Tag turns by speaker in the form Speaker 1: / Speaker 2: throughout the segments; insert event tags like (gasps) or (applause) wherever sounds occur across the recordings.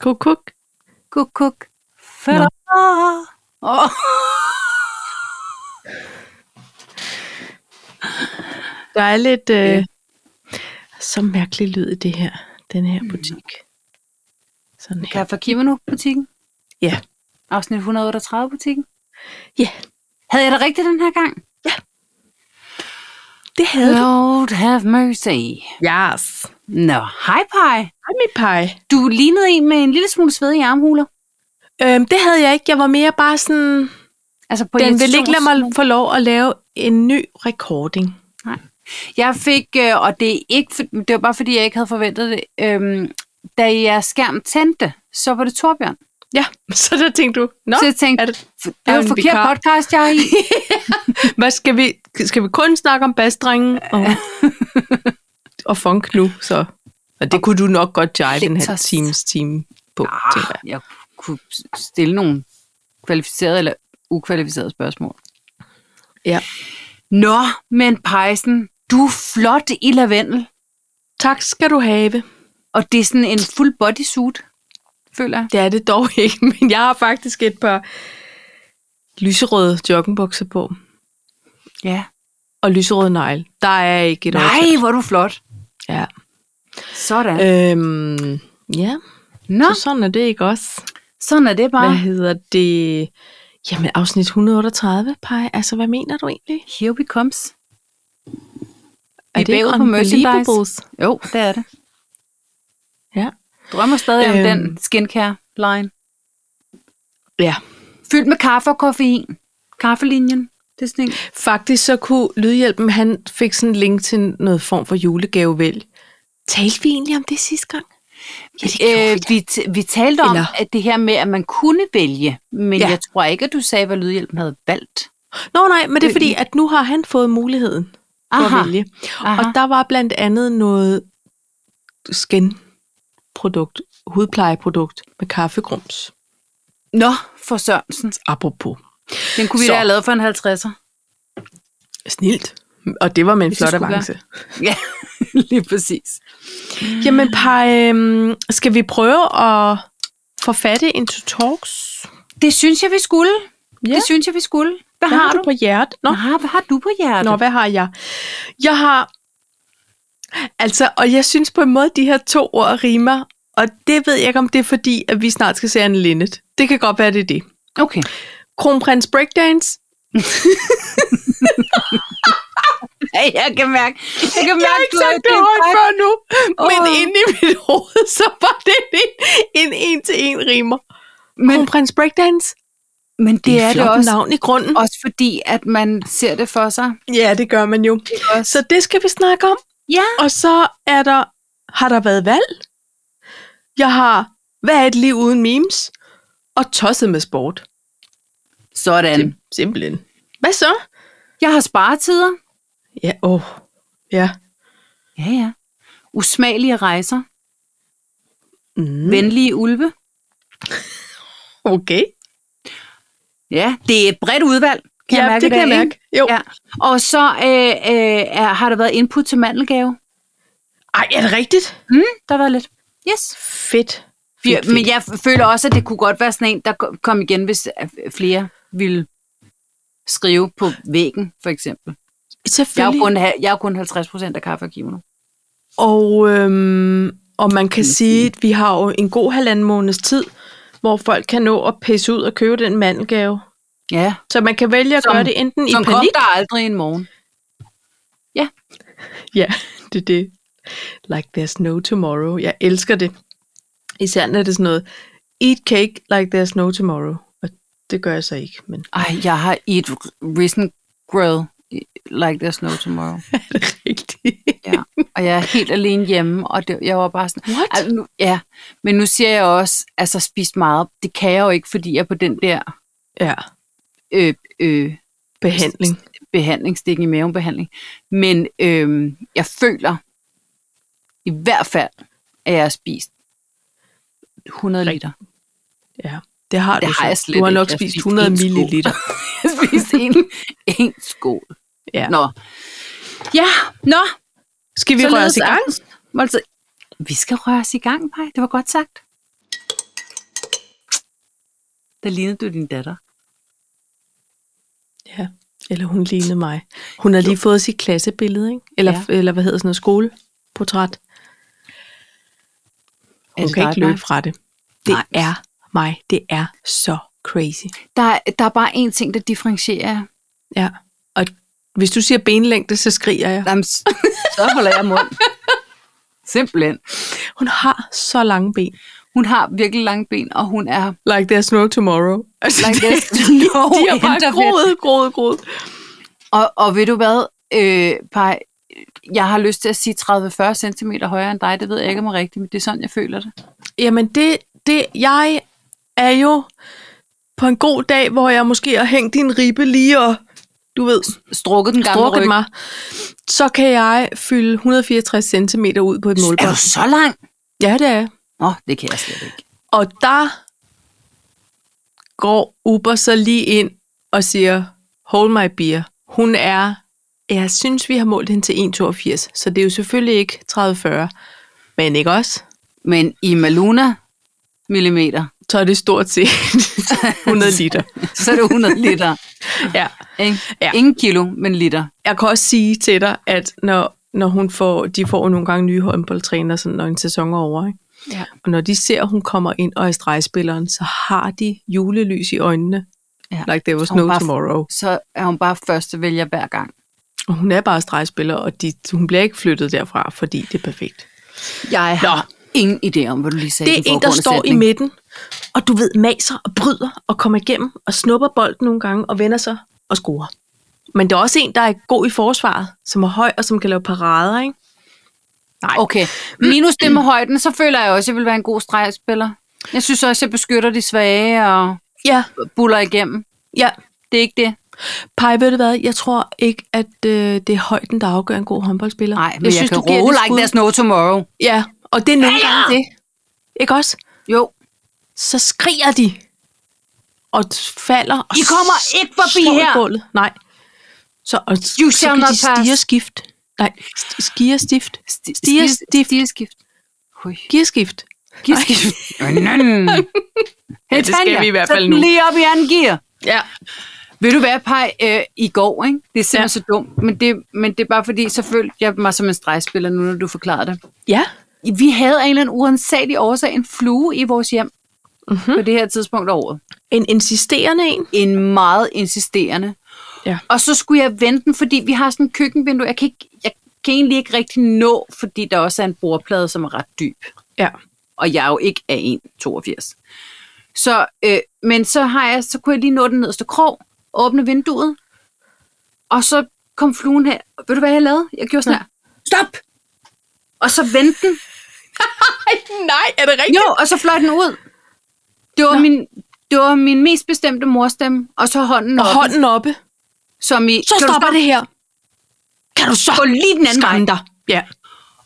Speaker 1: Kuk, kuk.
Speaker 2: Kuk, kuk. Fætter. Åh.
Speaker 1: Der er lidt
Speaker 2: Ja.
Speaker 1: øh, så mærkelig lyd i det her, den her butik. Sådan her.
Speaker 2: Kaffe Kimono-butikken?
Speaker 1: Ja.
Speaker 2: Afsnit 138-butikken?
Speaker 1: Ja.
Speaker 2: Havde jeg det rigtigt den her gang?
Speaker 1: Det havde du.
Speaker 2: Lord have mercy.
Speaker 1: Yes.
Speaker 2: Nå, hej Pai.
Speaker 1: Hej, mit pej.
Speaker 2: Du lignede en med en lille smule svedige armhuler.
Speaker 1: Øhm, det havde jeg ikke. Jeg var mere bare sådan,
Speaker 2: Altså på
Speaker 1: den vil ikke lade mig
Speaker 2: irritations-
Speaker 1: få lov at lave en ny recording.
Speaker 2: Jeg fik, øh, og det er ikke, for, det var bare fordi, jeg ikke havde forventet det, øhm, da jeg skærm tændte, så var det Torbjørn.
Speaker 1: Ja, (laughs) så der tænkte du, nå,
Speaker 2: så jeg tænkte,
Speaker 1: er
Speaker 2: det,
Speaker 1: det-
Speaker 2: det
Speaker 1: er
Speaker 2: er jo
Speaker 1: det
Speaker 2: en
Speaker 1: en
Speaker 2: forkert
Speaker 1: vikar?"
Speaker 2: podcast, jeg er i.
Speaker 1: hvad skal vi, skal vi kun snakke om bassdrengen og, (laughs) og funk nu, så. Og det kunne du nok godt jive en halv
Speaker 2: Lectors.
Speaker 1: times time på, tænker jeg.
Speaker 2: Ah, jeg kunne stille nogle kvalificerede eller ukvalificerede spørgsmål.
Speaker 1: Ja.
Speaker 2: Nå, men Pejsen, du er flot i lavendel,
Speaker 1: Tak skal du have.
Speaker 2: og det er sådan en full bodysuit, føler jeg.
Speaker 1: Det er det dog (laughs) ikke, men jeg har faktisk et par lyserøde joggingbukser på.
Speaker 2: Ja.
Speaker 1: Og lyserøde negle. Der er ikke et
Speaker 2: Nej, hvor er du flot.
Speaker 1: Ja.
Speaker 2: Sådan. Øh,
Speaker 1: Øhm, ja,
Speaker 2: Nå,
Speaker 1: så sådan er det ikke også.
Speaker 2: sådan er det bare.
Speaker 1: Hvad hedder det? Jamen, afsnit 138, Paj. Altså, hvad mener du egentlig?
Speaker 2: Here we comes. Vi
Speaker 1: det
Speaker 2: er bagud
Speaker 1: ikke
Speaker 2: på merchandise.
Speaker 1: unbelievables?
Speaker 2: Jo, det er det.
Speaker 1: Ja.
Speaker 2: Drømmer stadig om
Speaker 1: Øhm.
Speaker 2: den skincare-line.
Speaker 1: Ja.
Speaker 2: Fyldt med kaffe og koffein. Kaffelinjen. Det er sådan en...
Speaker 1: Faktisk så kunne Lydhjælpen, han fik sådan en link til noget form for julegavevælg. Talte vi egentlig om det sidste gang? Ja, det gjorde
Speaker 2: Øh,
Speaker 1: vi da.
Speaker 2: vi, t- vi talte om
Speaker 1: Eller-
Speaker 2: at det her med, at man kunne vælge, men
Speaker 1: Ja.
Speaker 2: ja. jeg tror ikke, at du sagde, hvad Lydhjælpen havde valgt.
Speaker 1: Nå nej, men det er fordi, at nu har han fået muligheden for
Speaker 2: Øh, Aha.
Speaker 1: at vælge.
Speaker 2: Aha.
Speaker 1: Og der var blandt andet noget skinprodukt, hudplejeprodukt med kaffegrums.
Speaker 2: Nå, for Sørensen.
Speaker 1: Apropos.
Speaker 2: Den kunne vi
Speaker 1: Så.
Speaker 2: da have lavet for en
Speaker 1: (laughs)
Speaker 2: 50'er.
Speaker 1: Snilt. Og det var med en
Speaker 2: Hvis det
Speaker 1: flot
Speaker 2: skulle
Speaker 1: avance.
Speaker 2: Ja, lige præcis.
Speaker 1: Jamen, Paj, øhm, skal vi prøve at forfatte en to talks?
Speaker 2: Det synes jeg, vi skulle.
Speaker 1: Ja.
Speaker 2: Ja. Det synes jeg, vi skulle. Hvad,
Speaker 1: Hvad har du på hjertet? Nå,
Speaker 2: Nå, hvad har du på hjertet?
Speaker 1: Nå, hvad har jeg? Jeg har... Altså, og jeg synes på en måde, at de her to ord rimer, og det ved jeg ikke, om det er fordi, at vi snart skal se Anne Linnet. Det kan godt være, det er det.
Speaker 2: Okay.
Speaker 1: Kronprins Breakdance.
Speaker 2: Ej, Jeg kan mærke, jeg kan
Speaker 1: Jeg har
Speaker 2: mærke,
Speaker 1: ikke sagt det
Speaker 2: er
Speaker 1: højt
Speaker 2: dig.
Speaker 1: før nu, men
Speaker 2: Åh.
Speaker 1: inde i mit hoved, så var det en en en-til-en rimer. Men,
Speaker 2: Men,
Speaker 1: Kronprins Breakdance.
Speaker 2: men det, det er det også,
Speaker 1: navn i grunden.
Speaker 2: også fordi, at man ser det for sig.
Speaker 1: Ja, det gør man jo.
Speaker 2: Også.
Speaker 1: Så det skal vi snakke om.
Speaker 2: Ja.
Speaker 1: Og så er der, har der været valg? Jeg har, hvad er et liv uden memes? Og tosset med sport.
Speaker 2: Sådan.
Speaker 1: Sim- simpelthen. Hvad så?
Speaker 2: Jeg har sparetider.
Speaker 1: Ja, åh. Oh. Ja.
Speaker 2: Ja, ja. Usmagelige rejser.
Speaker 1: Mm.
Speaker 2: Venlige ulve.
Speaker 1: Okay.
Speaker 2: Ja, det er et bredt udvalg. Kan
Speaker 1: ja,
Speaker 2: jeg mærke
Speaker 1: det kan jeg
Speaker 2: dag,
Speaker 1: mærke.
Speaker 2: ikke?
Speaker 1: Jo. Ja.
Speaker 2: Ja. Og så øh, øh, er, har der været input til mandelgave.
Speaker 1: Ej, er det rigtigt?
Speaker 2: Mm, der var lidt. Yes.
Speaker 1: Fedt.
Speaker 2: Ja,
Speaker 1: fedt.
Speaker 2: men jeg føler også, at det kunne godt være sådan en, der ko- kom igen, hvis øh, flere ville skrive på væggen, for eksempel. Jeg er
Speaker 1: Selvfølgelig.
Speaker 2: jo kun, ha- jeg er jo kun 50 procent af kaffe og kimono.
Speaker 1: Og, øhm, og man
Speaker 2: Mhm.
Speaker 1: kan sige, at vi har jo en god halvanden måneds tid, hvor folk kan nå at pisse ud og købe den mandelgave.
Speaker 2: Ja.
Speaker 1: Så man kan vælge at
Speaker 2: Som-
Speaker 1: gøre det enten i
Speaker 2: Som
Speaker 1: panik.
Speaker 2: kom der aldrig en morgen.
Speaker 1: Ja, det er det. Like there's no tomorrow. Jeg elsker det. Især når det er sådan noget, eat cake like there's no tomorrow. Og det gør jeg så ikke,
Speaker 2: (laughs)
Speaker 1: men
Speaker 2: Ej, jeg har i et risen grill like there's no tomorrow.
Speaker 1: er det rigtigt?
Speaker 2: Ja. Og jeg er helt alene hjemme, og det, jeg var bare sådan...
Speaker 1: What?
Speaker 2: Altså, nu, ja, men nu siger jeg også, altså spist meget. Det kan jeg jo ikke, fordi jeg er på den der
Speaker 1: Ja,
Speaker 2: øh, øh,
Speaker 1: behandling.
Speaker 2: behandling, stikken i mavenbehandling. Men øhm, jeg føler i hvert fald, at jeg har spist 100 liter.
Speaker 1: Ja, det har
Speaker 2: Det
Speaker 1: du
Speaker 2: har
Speaker 1: så.
Speaker 2: jeg slet
Speaker 1: Du har
Speaker 2: ikke.
Speaker 1: nok
Speaker 2: Jeg
Speaker 1: spist
Speaker 2: spiste
Speaker 1: 100
Speaker 2: en skål.
Speaker 1: milliliter.
Speaker 2: Jeg har spist en, (laughs) en skål.
Speaker 1: Ja.
Speaker 2: Nå. Ja, nå.
Speaker 1: Skal vi røre os i gang?
Speaker 2: Måltid. Vi skal røre os i gang, Paj. Det var godt sagt. der lignede du din datter.
Speaker 1: Ja. Eller hun lignede mig. Hun har lige fået sit klassebillede, ikke? Eller, ja.
Speaker 2: Ja.
Speaker 1: eller hvad hedder sådan noget, skoleportræt. Hun
Speaker 2: det
Speaker 1: kan
Speaker 2: dig,
Speaker 1: ikke løbe
Speaker 2: Maj?
Speaker 1: fra det. Det
Speaker 2: Nej.
Speaker 1: er mig. Det er så crazy.
Speaker 2: Der, er- der er bare én ting, der differentierer jer.
Speaker 1: Ja. Og hvis du siger benlængde, så skriger jeg.
Speaker 2: Jamen, s- så holder jeg mund. Simpelthen.
Speaker 1: Hun har så lange ben.
Speaker 2: Hun har virkelig lange ben, og hun er...
Speaker 1: Like there's no tomorrow. Altså,
Speaker 2: (laughs) Like
Speaker 1: det-
Speaker 2: there's no
Speaker 1: de har
Speaker 2: end
Speaker 1: bare
Speaker 2: of it.
Speaker 1: groet, groet, groet.
Speaker 2: Og, og ved du hvad, øh, Paj, jeg har lyst til at sige 30-40 cm højere end dig. Det ved jeg ikke om er rigtigt, men det er sådan, jeg føler det.
Speaker 1: Jamen det, det, jeg er jo på en god dag, hvor jeg måske har hængt din ribbe lige og, du ved,
Speaker 2: Strukket den gamle
Speaker 1: strukket
Speaker 2: ryg.
Speaker 1: mig, så kan jeg fylde 164 cm ud på et
Speaker 2: Er
Speaker 1: målbånd.
Speaker 2: du så lang?
Speaker 1: Ja, det er jeg.
Speaker 2: Nå, det kan jeg slet ikke.
Speaker 1: Og der går Uber så lige ind og siger, hold my beer. Hun er, jeg synes, vi har målt hende til 1,82, så det er jo selvfølgelig ikke 30-40, men ikke også?
Speaker 2: Men i Maluna millimeter,
Speaker 1: Så er det stort
Speaker 2: (laughs)
Speaker 1: set 100 liter.
Speaker 2: så er det 100 liter.
Speaker 1: Ja.
Speaker 2: Ikke?
Speaker 1: Ja.
Speaker 2: Ja. Ingen kilo, men liter.
Speaker 1: jeg kan også sige til dig, at når, når hun får, de får jo nogle gange nye håndboldtræner, sådan, når en sæson er over, ikke?
Speaker 2: Ja.
Speaker 1: og når de ser, at hun kommer ind og er stregspilleren, så har de julelys i øjnene.
Speaker 2: Ja.
Speaker 1: Like there was
Speaker 2: Så hun
Speaker 1: no
Speaker 2: bare-
Speaker 1: tomorrow.
Speaker 2: Så er hun bare første vælger hver gang.
Speaker 1: Og hun er bare stregspiller, og de, hun bliver ikke flyttet derfra, fordi det er perfekt.
Speaker 2: Jeg
Speaker 1: Nå.
Speaker 2: har Nå. ingen idé om, hvad du lige sagde
Speaker 1: Det
Speaker 2: i
Speaker 1: er
Speaker 2: den
Speaker 1: en, der
Speaker 2: foregående
Speaker 1: står i
Speaker 2: sætning.
Speaker 1: midten, og du ved, maser og bryder og kommer igennem og snupper bolden nogle gange og vender sig og scorer. Men der er også en, der er god i forsvaret, som er høj og som kan lave parader, ikke? Nej.
Speaker 2: Okay, minus det med højden, så føler jeg også, at jeg vil være en god stregspiller. Jeg synes også, at jeg beskytter de svage og
Speaker 1: Ja,
Speaker 2: buller igennem.
Speaker 1: ja,
Speaker 2: Det er ikke det.
Speaker 1: Pej, ved du hvad? Jeg tror ikke, at øh, det er højden, der afgør en god håndboldspiller.
Speaker 2: Nej, men jeg, synes, jeg kan
Speaker 1: giver
Speaker 2: roe
Speaker 1: det
Speaker 2: like
Speaker 1: skud.
Speaker 2: there's no tomorrow.
Speaker 1: Ja, og det er nogle gange det. Ikke også?
Speaker 2: Jo,
Speaker 1: Så skriger de. Og t- falder. Og
Speaker 2: I kommer
Speaker 1: s-
Speaker 2: ikke forbi
Speaker 1: slår i
Speaker 2: her.
Speaker 1: Gulvet. Nej. Så, og, s-
Speaker 2: You
Speaker 1: så
Speaker 2: shall
Speaker 1: kan
Speaker 2: not
Speaker 1: de
Speaker 2: pass.
Speaker 1: stigerskift. Nej, st- skigerstift. Stigerstift.
Speaker 2: Stierskift. Ui.
Speaker 1: Gearskift.
Speaker 2: Gearskift. (laughs)
Speaker 1: det skal vi i hvert fald nu.
Speaker 2: Lige op i anden gear.
Speaker 1: Ja.
Speaker 2: Ved du hvad, Paj, øh, i går, ikke? det er simpelthen ja. så dumt, men det, men det er bare fordi, så følte jeg mig som en stregspiller nu, når du forklarede det.
Speaker 1: Ja.
Speaker 2: Vi havde af en eller anden uansagelig årsag en flue i vores hjem
Speaker 1: Mhm.
Speaker 2: mm-hmm. på det her tidspunkt af året.
Speaker 1: En insisterende en.
Speaker 2: En meget insisterende.
Speaker 1: Ja.
Speaker 2: Og så skulle jeg vente den, fordi vi har sådan en køkkenvindue, jeg kan, ikke, jeg kan egentlig ikke rigtig nå, fordi der også er en bordplade, som er ret dyb.
Speaker 1: Ja.
Speaker 2: og jeg er jo ikke af 1,82. Så, øh, men så, har jeg, så kunne jeg lige nå den nederste krog, åbne vinduet, og så kom fluen her. Ved du, hvad jeg lavede? Jeg gjorde sådan her. Stop! Og så vendte den.
Speaker 1: Ej, nej, er det rigtigt?
Speaker 2: Jo, og så fløj den ud. Det var,
Speaker 1: Nå.
Speaker 2: min, det var min mest bestemte morstemme, og så hånden
Speaker 1: Og
Speaker 2: op, hånd.
Speaker 1: hånden oppe.
Speaker 2: som i...
Speaker 1: Så
Speaker 2: Kan du
Speaker 1: stopper
Speaker 2: stoppe?
Speaker 1: det her. Kan du så
Speaker 2: Gå lige den anden
Speaker 1: skamme
Speaker 2: vej.
Speaker 1: dig? Ja.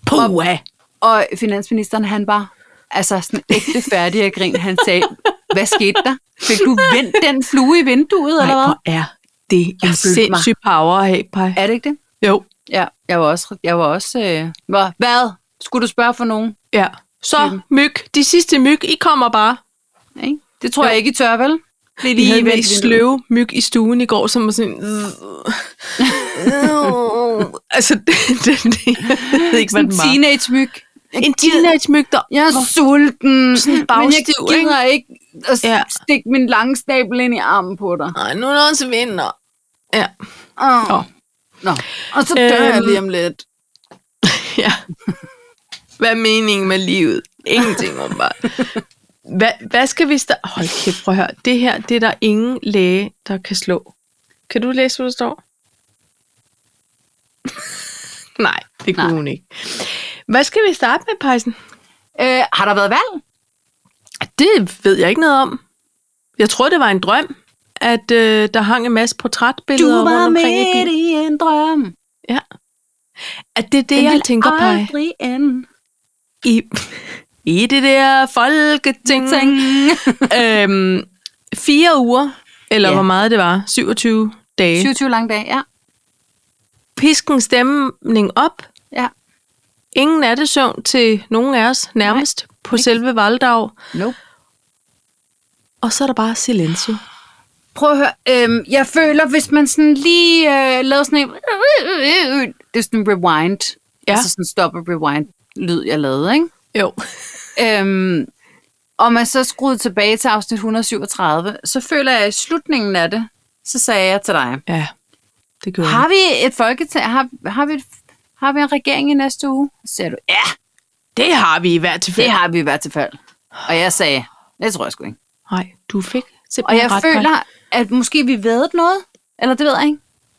Speaker 1: Puha.
Speaker 2: Og finansministeren, han var altså sådan ægte færdig af grin. Han sagde, hvad skete der? Fik du vendt den flue i vinduet,
Speaker 1: Nej,
Speaker 2: eller hvad?
Speaker 1: hvor er det en
Speaker 2: følte mig-
Speaker 1: sindssyg power at have, Paj.
Speaker 2: Er det ikke det?
Speaker 1: Jo,
Speaker 2: Ja, jeg var også... Jeg var også øh, var, hvad? Skulle du spørge for nogen?
Speaker 1: ja. Så myg, de sidste myg, I kommer bare.
Speaker 2: Ikke? Det tror
Speaker 1: Jo.
Speaker 2: jo. jeg ikke, I tør, vel? Det er
Speaker 1: Vi havde
Speaker 2: vendt
Speaker 1: med
Speaker 2: vinduet.
Speaker 1: sløve myg i stuen i går, som var sådan... altså, (laughs) det, det, det, jeg ved ikke, hvad
Speaker 2: Sådan en
Speaker 1: den var.
Speaker 2: teenage-myg.
Speaker 1: En teenage myg, der...
Speaker 2: Jeg er sulten,
Speaker 1: Sådan en
Speaker 2: men jeg
Speaker 1: bagstiv,
Speaker 2: gider ikke at
Speaker 1: Ja.
Speaker 2: ja. stikke min lange stabel ind i armen på dig.
Speaker 1: Nej, nu er der også vinder. Ja,
Speaker 2: Oh.
Speaker 1: Nå.
Speaker 2: Nå. Og så dør
Speaker 1: Øhm.
Speaker 2: jeg lige om lidt.
Speaker 1: (laughs) ja. Hvad er meningen med livet? Ingenting, åbenbart. Hvad, hvad skal vi... Sta- Hold kæft, prøv at høre. Det her, det er der ingen læge, der kan slå. Kan du læse, hvad der står? (laughs) Nej, det kunne
Speaker 2: Nej.
Speaker 1: hun ikke. Hvad skal vi starte med, Pejsen?
Speaker 2: Øh, har der været valg?
Speaker 1: Det ved jeg ikke noget om. Jeg tror, det var en drøm, at øh, der hang en masse portrætbilleder
Speaker 2: Du var
Speaker 1: rundt omkring i
Speaker 2: midt
Speaker 1: byen.
Speaker 2: i en drøm.
Speaker 1: At det er det,
Speaker 2: Den
Speaker 1: jeg
Speaker 2: vil
Speaker 1: tænker på
Speaker 2: aldrig ende.
Speaker 1: i, i det der folketing.
Speaker 2: (laughs) Tænk.
Speaker 1: (laughs) øhm, fire uger, eller ja.
Speaker 2: Ja.
Speaker 1: hvor meget det var, 27 dage.
Speaker 2: 27 lang dag, ja.
Speaker 1: Pisken stemning op.
Speaker 2: ja.
Speaker 1: Ingen nattesøvn til nogen af os nærmest Nej, på selve Valdag.
Speaker 2: Nope.
Speaker 1: og så er der bare silencio.
Speaker 2: Prøv at høre. Øhm, jeg føler, hvis man sådan lige øh, lavede sådan en... Det er sådan en rewind.
Speaker 1: Ja.
Speaker 2: Ja. Altså sådan en stop og rewind lyd, jeg lavede, ikke?
Speaker 1: Jo.
Speaker 2: Øhm, og man så skruede tilbage til afsnit 137, så føler jeg, at i slutningen af det, så sagde jeg til dig,
Speaker 1: Ja, det gjorde jeg.
Speaker 2: har vi et folketing, har, har, vi, et, har vi en regering i næste uge? Så sagde du, ja,
Speaker 1: Det har vi i hvert tilfælde.
Speaker 2: det har vi i hvert fald. Og jeg sagde, det tror jeg sgu ikke.
Speaker 1: Nej, du fik
Speaker 2: Og
Speaker 1: simpelthen
Speaker 2: jeg
Speaker 1: ret
Speaker 2: føler, at måske vi ved noget, eller det ved jeg ikke.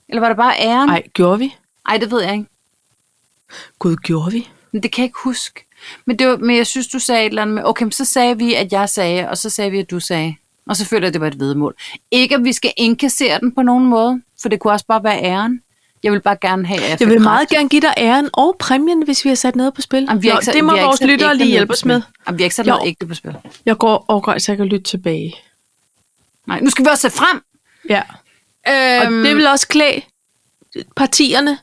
Speaker 2: Eller var det bare æren?
Speaker 1: Nej, gjorde vi?
Speaker 2: Nej, det ved jeg ikke.
Speaker 1: Gud, gjorde vi?
Speaker 2: Men det kan jeg ikke huske. Men, det var, men jeg synes, du sagde et eller andet med, okay, men så sagde vi, at jeg sagde, og så sagde vi, at du sagde. Og så føler jeg, at det var et vedmål. Ikke, at vi skal indkassere den på nogen måde, for det kunne også bare være æren. Jeg vil bare gerne have, at
Speaker 1: Jeg vil
Speaker 2: fik
Speaker 1: meget
Speaker 2: ret.
Speaker 1: gerne give dig æren og præmien, hvis vi har sat noget på spil.
Speaker 2: Jamen, vi har
Speaker 1: Nå,
Speaker 2: ikke sat-
Speaker 1: det må
Speaker 2: vi har ikke
Speaker 1: vores
Speaker 2: sat
Speaker 1: lyttere
Speaker 2: ægte
Speaker 1: lige
Speaker 2: noget
Speaker 1: hjælpe
Speaker 2: på
Speaker 1: os
Speaker 2: spil.
Speaker 1: med.
Speaker 2: Jamen, vi har ikke sat noget
Speaker 1: Jo.
Speaker 2: ægte på spil.
Speaker 1: Jeg går og går, så jeg kan lytte tilbage.
Speaker 2: Nej, nu skal vi også se frem.
Speaker 1: Ja. Og
Speaker 2: Øhm,
Speaker 1: det vil også klæde partierne,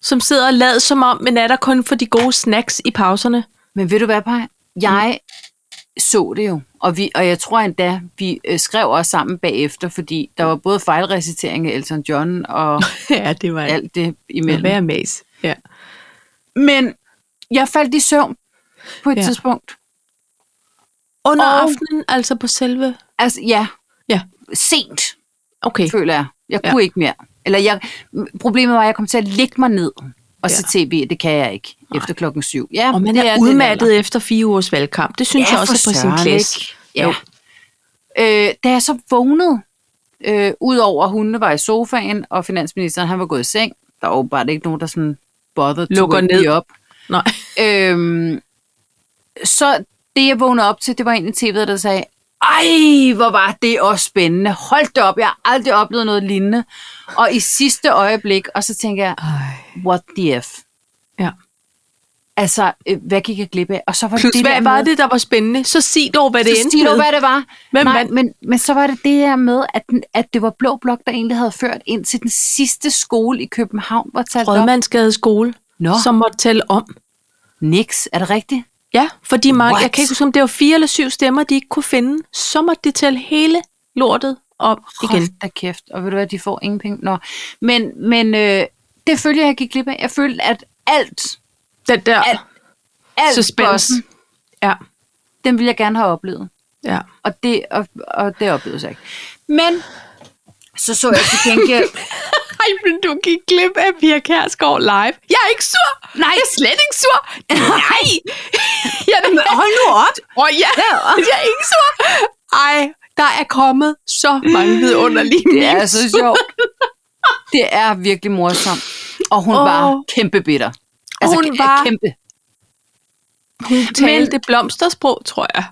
Speaker 1: som sidder og lader som om, men er der kun for de gode snacks i pauserne.
Speaker 2: Men ved du hvad, Paj? Jeg
Speaker 1: Mm.
Speaker 2: så det jo, og, vi, og jeg tror endda, vi øh, skrev også sammen bagefter, fordi der var både fejlrecitering af Elton John og
Speaker 1: (laughs) ja, det var alt
Speaker 2: alt det
Speaker 1: med
Speaker 2: imellem.
Speaker 1: hver mas. Ja.
Speaker 2: Men jeg faldt i søvn på et
Speaker 1: Ja.
Speaker 2: ja. tidspunkt.
Speaker 1: Under og...
Speaker 2: Og-
Speaker 1: aftenen, altså på selve...
Speaker 2: Altså, ja.
Speaker 1: Ja.
Speaker 2: Sent,
Speaker 1: Okay,
Speaker 2: føler jeg. Jeg
Speaker 1: Ja.
Speaker 2: kunne ikke mere. Eller jeg, m- problemet var, at jeg kom til at ligge mig ned og se tv. Det kan jeg ikke Nej. efter klokken syv. Ja,
Speaker 1: og man
Speaker 2: det
Speaker 1: er
Speaker 2: den alder.
Speaker 1: udmattet efter fire ugers valgkamp. Det synes
Speaker 2: Ja,
Speaker 1: jeg også er
Speaker 2: for
Speaker 1: på sin
Speaker 2: søren,
Speaker 1: plads.
Speaker 2: ikke? Ja. Øh, da jeg så vågnede, øh, udover at hundene var i sofaen, og finansministeren han var gået i seng, der var åbenbart ikke nogen, der sådan bothered to
Speaker 1: Lukker
Speaker 2: wake
Speaker 1: ned.
Speaker 2: me up.
Speaker 1: Nej.
Speaker 2: Øhm, så det, jeg vågnede op til, det var en i tv'et, der sagde, ej, hvor var det også spændende. Hold da op, jeg har aldrig oplevet noget lignende. Og i sidste øjeblik, og så tænker jeg,
Speaker 1: Ej.
Speaker 2: what the F?
Speaker 1: Ja.
Speaker 2: Altså, øh, hvad gik jeg glip af? Og så var
Speaker 1: Plus,
Speaker 2: det det
Speaker 1: hvad
Speaker 2: der
Speaker 1: var
Speaker 2: med,
Speaker 1: det, der var spændende? Så sig dog, hvad det
Speaker 2: så
Speaker 1: endte
Speaker 2: sig nu,
Speaker 1: med.
Speaker 2: hvad det var.
Speaker 1: Hvem
Speaker 2: Nej,
Speaker 1: vandt?
Speaker 2: men, men så var det det der med, at, den, at det var Blå Blok, der egentlig havde ført ind til den sidste skole i København, var talt op.
Speaker 1: Rødmandsgade skole,
Speaker 2: Nå.
Speaker 1: som måtte tælle om.
Speaker 2: Nix, er det rigtigt?
Speaker 1: Ja, fordi mange,
Speaker 2: What?
Speaker 1: jeg kan ikke huske, om det var fire eller syv stemmer, de ikke kunne finde. Så måtte de tælle hele lortet op igen.
Speaker 2: Hold da kæft. Og ved du hvad, de får ingen penge. Nå. Men, men øh, det følte jeg, jeg gik glip af. Jeg følte, at alt,
Speaker 1: Den der
Speaker 2: Alt- alt
Speaker 1: suspense.
Speaker 2: bossen,
Speaker 1: Ja,
Speaker 2: den ville jeg gerne have oplevet.
Speaker 1: ja.
Speaker 2: Og det, og, og det oplevede jeg ikke. Men så så jeg til gengæld...
Speaker 1: (laughs) Ej, men du gik glip af Pia Kærsgaard live. Jeg er ikke sur.
Speaker 2: Nej.
Speaker 1: Jeg er slet ikke sur. (laughs) Nej. jeg er da-
Speaker 2: Hold nu op!
Speaker 1: (laughs) Åh, ja. Jeg er ikke sur. Ej, der er kommet så mange vidunderlige
Speaker 2: Det er
Speaker 1: memes.
Speaker 2: så sjovt. Det er virkelig morsomt. Og hun
Speaker 1: Åh.
Speaker 2: oh. var kæmpe bitter.
Speaker 1: Hun
Speaker 2: kæ-
Speaker 1: var-
Speaker 2: Kæmpe.
Speaker 1: Hun talte det altså blomstersprog, tror jeg.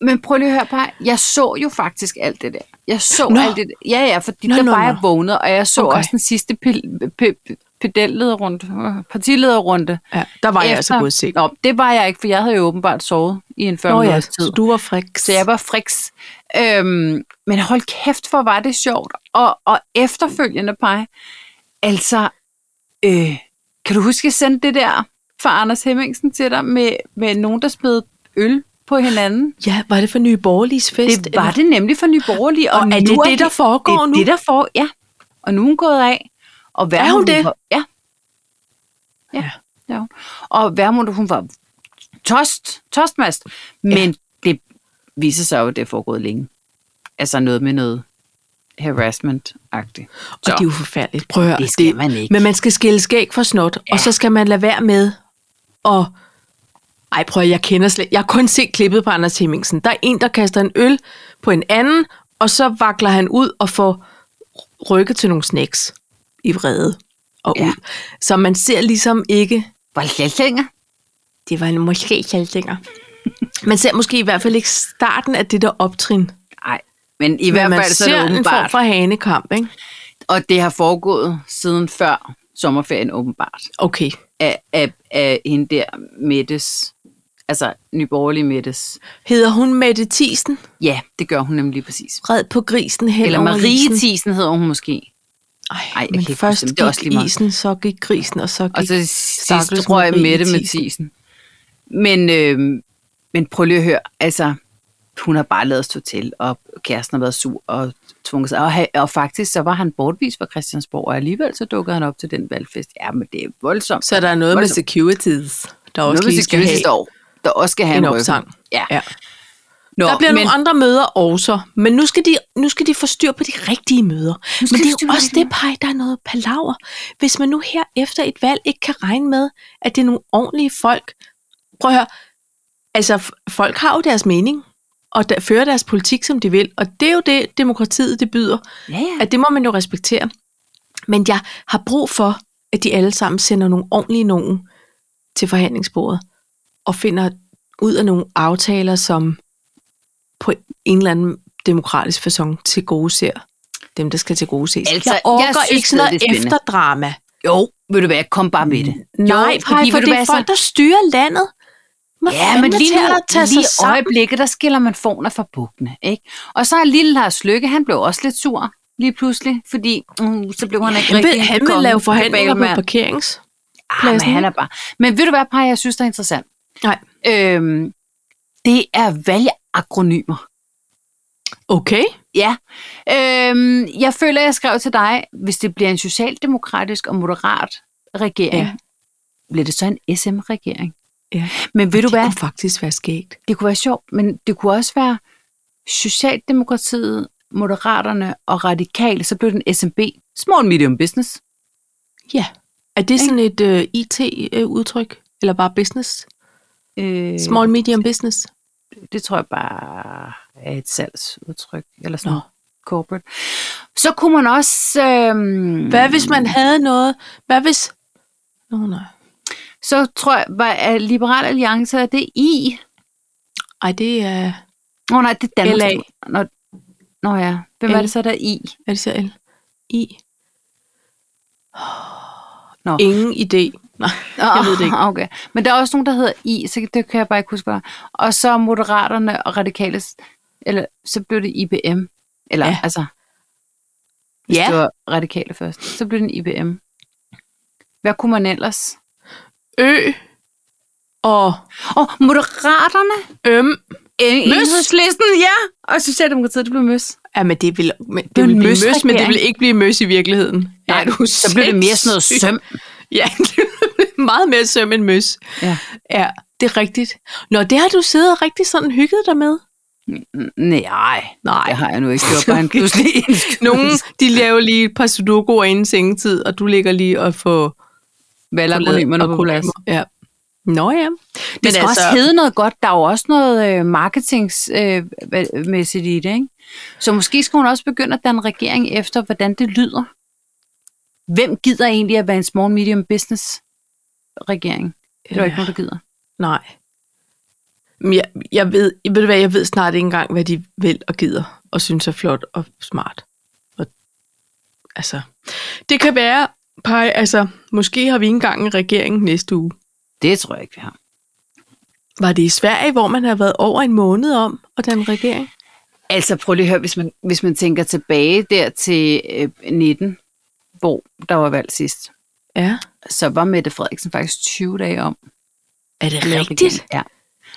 Speaker 2: Men prøv lige at høre på Jeg så jo faktisk alt det der. Jeg så
Speaker 1: Nå.
Speaker 2: alt det der. Ja, ja, fordi
Speaker 1: Nå,
Speaker 2: nå, der
Speaker 1: nå,
Speaker 2: nå, var
Speaker 1: nå.
Speaker 2: jeg vågnet, og jeg så
Speaker 1: Okay.
Speaker 2: okay. også den sidste pil- p- p- pedellederrunde, øh, partilederrunde.
Speaker 1: Ja, der var jeg altså
Speaker 2: efter-
Speaker 1: gået sigt.
Speaker 2: Nå, det var jeg ikke, for jeg havde jo åbenbart sovet i en 40
Speaker 1: Nå ja,
Speaker 2: minutters tid.
Speaker 1: så du var friks.
Speaker 2: Så jeg var friks. Øhm, men hold kæft, hvor var det sjovt. Og, og efterfølgende, Paj, altså, øh, kan du huske, jeg sendte det der fra Anders Hemmingsen til dig med, med nogen, der smed øl på hinanden?
Speaker 1: Ja, var det for Nye Borgerliges fest?
Speaker 2: Det var det nemlig for Nye Borgerlige. Og,
Speaker 1: Og er det
Speaker 2: nu
Speaker 1: det, der foregår
Speaker 2: det, er
Speaker 1: nu?
Speaker 2: Det, der for, ja. Og nu er hun gået af. Og hvad
Speaker 1: Er
Speaker 2: har
Speaker 1: hun det?
Speaker 2: var- Ja. Ja. ja. ja. Og hvad hun, hun var tost, tostmast. Men det viser sig jo, at det er foregået længe. Altså noget med noget harassment-agtigt.
Speaker 1: Og det er jo forfærdeligt. Prøv at høre,
Speaker 2: Det skal man ikke.
Speaker 1: Men man skal skille skæg fra snot, ja. og så skal man lade være med og ej, prøv at, jeg kender slet... Jeg har kun set klippet på Anders Hemmingsen. Der er en, der kaster en øl på en anden, og så vakler han ud og får rykket til nogle snacks i vrede og ja.
Speaker 2: Ja.
Speaker 1: ud. Så man ser ligesom ikke...
Speaker 2: Var det
Speaker 1: Det var en måske kjaldinger. Man ser måske i hvert fald ikke starten af det der optrin.
Speaker 2: Nej, men i
Speaker 1: Men
Speaker 2: hvert
Speaker 1: man
Speaker 2: fald så er
Speaker 1: ser
Speaker 2: det
Speaker 1: en form
Speaker 2: åbenbart.
Speaker 1: for hanekamp, ikke?
Speaker 2: Og det har foregået siden før sommerferien åbenbart.
Speaker 1: Okay.
Speaker 2: af, af, af hende der Mettes, altså nyborgerlig Mettes.
Speaker 1: Hedder hun Mette Thiesen?
Speaker 2: Ja, det gør hun nemlig lige præcis.
Speaker 1: Red på grisen hen
Speaker 2: Eller
Speaker 1: over isen.
Speaker 2: Marie Thiesen hedder hun måske.
Speaker 1: Ej,
Speaker 2: Ej, jeg
Speaker 1: men
Speaker 2: kan ikke
Speaker 1: først
Speaker 2: huske dem.
Speaker 1: gik
Speaker 2: Det er også lige meget.
Speaker 1: isen, så gik grisen, og så gik...
Speaker 2: Og så
Speaker 1: stakkels
Speaker 2: sidst røg
Speaker 1: Marie
Speaker 2: Mette med øhm,
Speaker 1: Thiesen.
Speaker 2: Thiesen. Men, øh, men prøv lige at høre, altså, hun har bare lavet stå til, og kæresten har været sur og tvunget sig. Og, ha- og faktisk så var han bortvist fra Christiansborg, og alligevel så dukkede han op til den valgfest. Ja, men det er voldsomt.
Speaker 1: Så der er noget med
Speaker 2: Voldsomt.
Speaker 1: securities, der også
Speaker 2: Noget med
Speaker 1: lige skal
Speaker 2: security
Speaker 1: have
Speaker 2: står, der også skal have
Speaker 1: en
Speaker 2: en ryg.
Speaker 1: opsang.
Speaker 2: Ja.
Speaker 1: Ja.
Speaker 2: Nå,
Speaker 1: Der bliver
Speaker 2: men,
Speaker 1: men... nogle andre møder også, men nu skal, de, nu skal de få styr på de rigtige møder.
Speaker 2: skal
Speaker 1: Men
Speaker 2: de
Speaker 1: det er
Speaker 2: styr på
Speaker 1: jo
Speaker 2: de
Speaker 1: også
Speaker 2: rigtige
Speaker 1: det, Paj, der er noget palaver. Hvis man nu her efter et valg ikke kan regne med, at det er nogle ordentlige folk. Prøv at høre, altså f- folk har jo deres mening, og der, fører deres politik, som de vil. Og det er jo det, demokratiet det byder,
Speaker 2: ja, ja.
Speaker 1: at det må man jo respektere. Men jeg har brug for, at de alle sammen sender nogle ordentlige nogen til forhandlingsbordet, og finder ud af nogle aftaler, som på en eller anden demokratisk fasong til gode ser dem, der skal til gode ses.
Speaker 2: Altså,
Speaker 1: jeg orker
Speaker 2: jeg synes
Speaker 1: ikke sådan
Speaker 2: stadig,
Speaker 1: noget
Speaker 2: det er spændende.
Speaker 1: efterdrama.
Speaker 2: Jo, vil du være, kom bare
Speaker 1: Mm.
Speaker 2: med det.
Speaker 1: Nej, jo, fordi, for
Speaker 2: vil du
Speaker 1: det
Speaker 2: være
Speaker 1: er
Speaker 2: så-
Speaker 1: folk, der styrer landet. Man
Speaker 2: Ja, men lige nu,
Speaker 1: at tage
Speaker 2: lige
Speaker 1: sig sammen.
Speaker 2: øjeblikket, der skiller man forne fra bukkene, ikke? Og så er lille Lars Lykke, han blev også lidt sur lige pludselig, fordi mm, så blev han ikke
Speaker 1: Han vil,
Speaker 2: rigtig
Speaker 1: han vil
Speaker 2: kongen
Speaker 1: lave
Speaker 2: på
Speaker 1: forhandlinger på
Speaker 2: Bælman.
Speaker 1: parkerings.
Speaker 2: Ah, men
Speaker 1: pladsen,
Speaker 2: han er bare... Men ved du hvad, Paj, jeg synes, der er interessant?
Speaker 1: Nej.
Speaker 2: Øhm, det er valgagronymer.
Speaker 1: Okay.
Speaker 2: Ja. Øhm, jeg føler, jeg skrev til dig, hvis det bliver en socialdemokratisk og moderat regering,
Speaker 1: Ja.
Speaker 2: ja. bliver det så en SM-regering?
Speaker 1: Ja.
Speaker 2: Men ved du
Speaker 1: det
Speaker 2: hvad,
Speaker 1: kunne faktisk være skægt.
Speaker 2: det kunne være sjovt, men det kunne også være Socialdemokratiet, Moderaterne og Radikale, så blev den SMB, Small Medium Business.
Speaker 1: Ja. Er det sådan et øh, IT-udtryk? Eller bare business?
Speaker 2: Øh,
Speaker 1: Small, medium business?
Speaker 2: Det tror jeg bare er et salgsudtryk, eller sådan
Speaker 1: Nå.
Speaker 2: noget corporate. Så kunne man også... Øh,
Speaker 1: Hvad hvis man havde noget? Hvad hvis... Nå, nej.
Speaker 2: Så tror jeg, var er Liberal Alliance, er det I?
Speaker 1: Ej, det er...
Speaker 2: Nå oh, nej, det er Danmark.
Speaker 1: LA.
Speaker 2: Nå, nå ja, hvem er
Speaker 1: L.
Speaker 2: det så, der er I?
Speaker 1: Hvad er det så L? I?
Speaker 2: Nå.
Speaker 1: Ingen idé. Nej, jeg ved det ikke.
Speaker 2: (laughs) Okay. Men der er også nogen, der hedder I, så det kan jeg bare ikke huske, hvad der er. Og så Moderaterne og Radikale, eller så blev det IBM. Eller
Speaker 1: Ja.
Speaker 2: ja. altså, hvis
Speaker 1: Ja.
Speaker 2: det var Radikale først, så blev det en IBM. Hvad kunne man ellers?
Speaker 1: Ø og
Speaker 2: Åh, oh, Moderaterne,
Speaker 1: øm.
Speaker 2: en-
Speaker 1: Møs.
Speaker 2: Enhedslisten, ja, og Socialdemokratiet, det blev møs.
Speaker 1: Ja, men det vil, men det
Speaker 2: er
Speaker 1: vil
Speaker 2: en
Speaker 1: blive møs, men det
Speaker 2: møsregering.
Speaker 1: vil ikke blive møs i virkeligheden.
Speaker 2: Nej,
Speaker 1: Er du
Speaker 2: Så blev det mere sådan noget
Speaker 1: sindssyg?
Speaker 2: søm.
Speaker 1: Ja, (laughs) det er meget mere søm end møs.
Speaker 2: Ja.
Speaker 1: ja, det er rigtigt. Nå, det har du siddet og rigtig sådan hygget dig med.
Speaker 2: N- Nej,
Speaker 1: Nej.
Speaker 2: det har jeg nu ikke. Det var bare en pludselig
Speaker 1: (laughs) Nogen, de laver lige et par sudokuer inden sengetid, og du ligger lige og får...
Speaker 2: valgakronymerne
Speaker 1: og
Speaker 2: på plads.
Speaker 1: kolumner. Ja. Nå ja.
Speaker 2: Det skal altså, også hedde noget godt. Der er jo også noget øh, marketingsmæssigt øh, i det, ikke? Så måske skal hun også begynde at danne regering efter, hvordan det lyder. Hvem gider egentlig at være en small medium business regering? Det er der
Speaker 1: Ja.
Speaker 2: ikke nogen, der gider.
Speaker 1: Nej. Men jeg, jeg, ved, ved du hvad, jeg ved snart ikke engang, hvad de vil og gider, og synes er flot og smart. Og, altså, det kan være, Paj, altså, måske har vi ikke engang en regering næste uge.
Speaker 2: Det tror jeg ikke, vi har.
Speaker 1: Var det i Sverige, hvor man har været over en måned om at danne regering?
Speaker 2: Altså prøv lige at høre, hvis man, hvis man tænker tilbage der til øh, 19, hvor der var valg sidst,
Speaker 1: Ja.
Speaker 2: så var Mette Frederiksen faktisk 20 dage om.
Speaker 1: Er det
Speaker 2: at lave
Speaker 1: rigtigt?
Speaker 2: regering. Ja,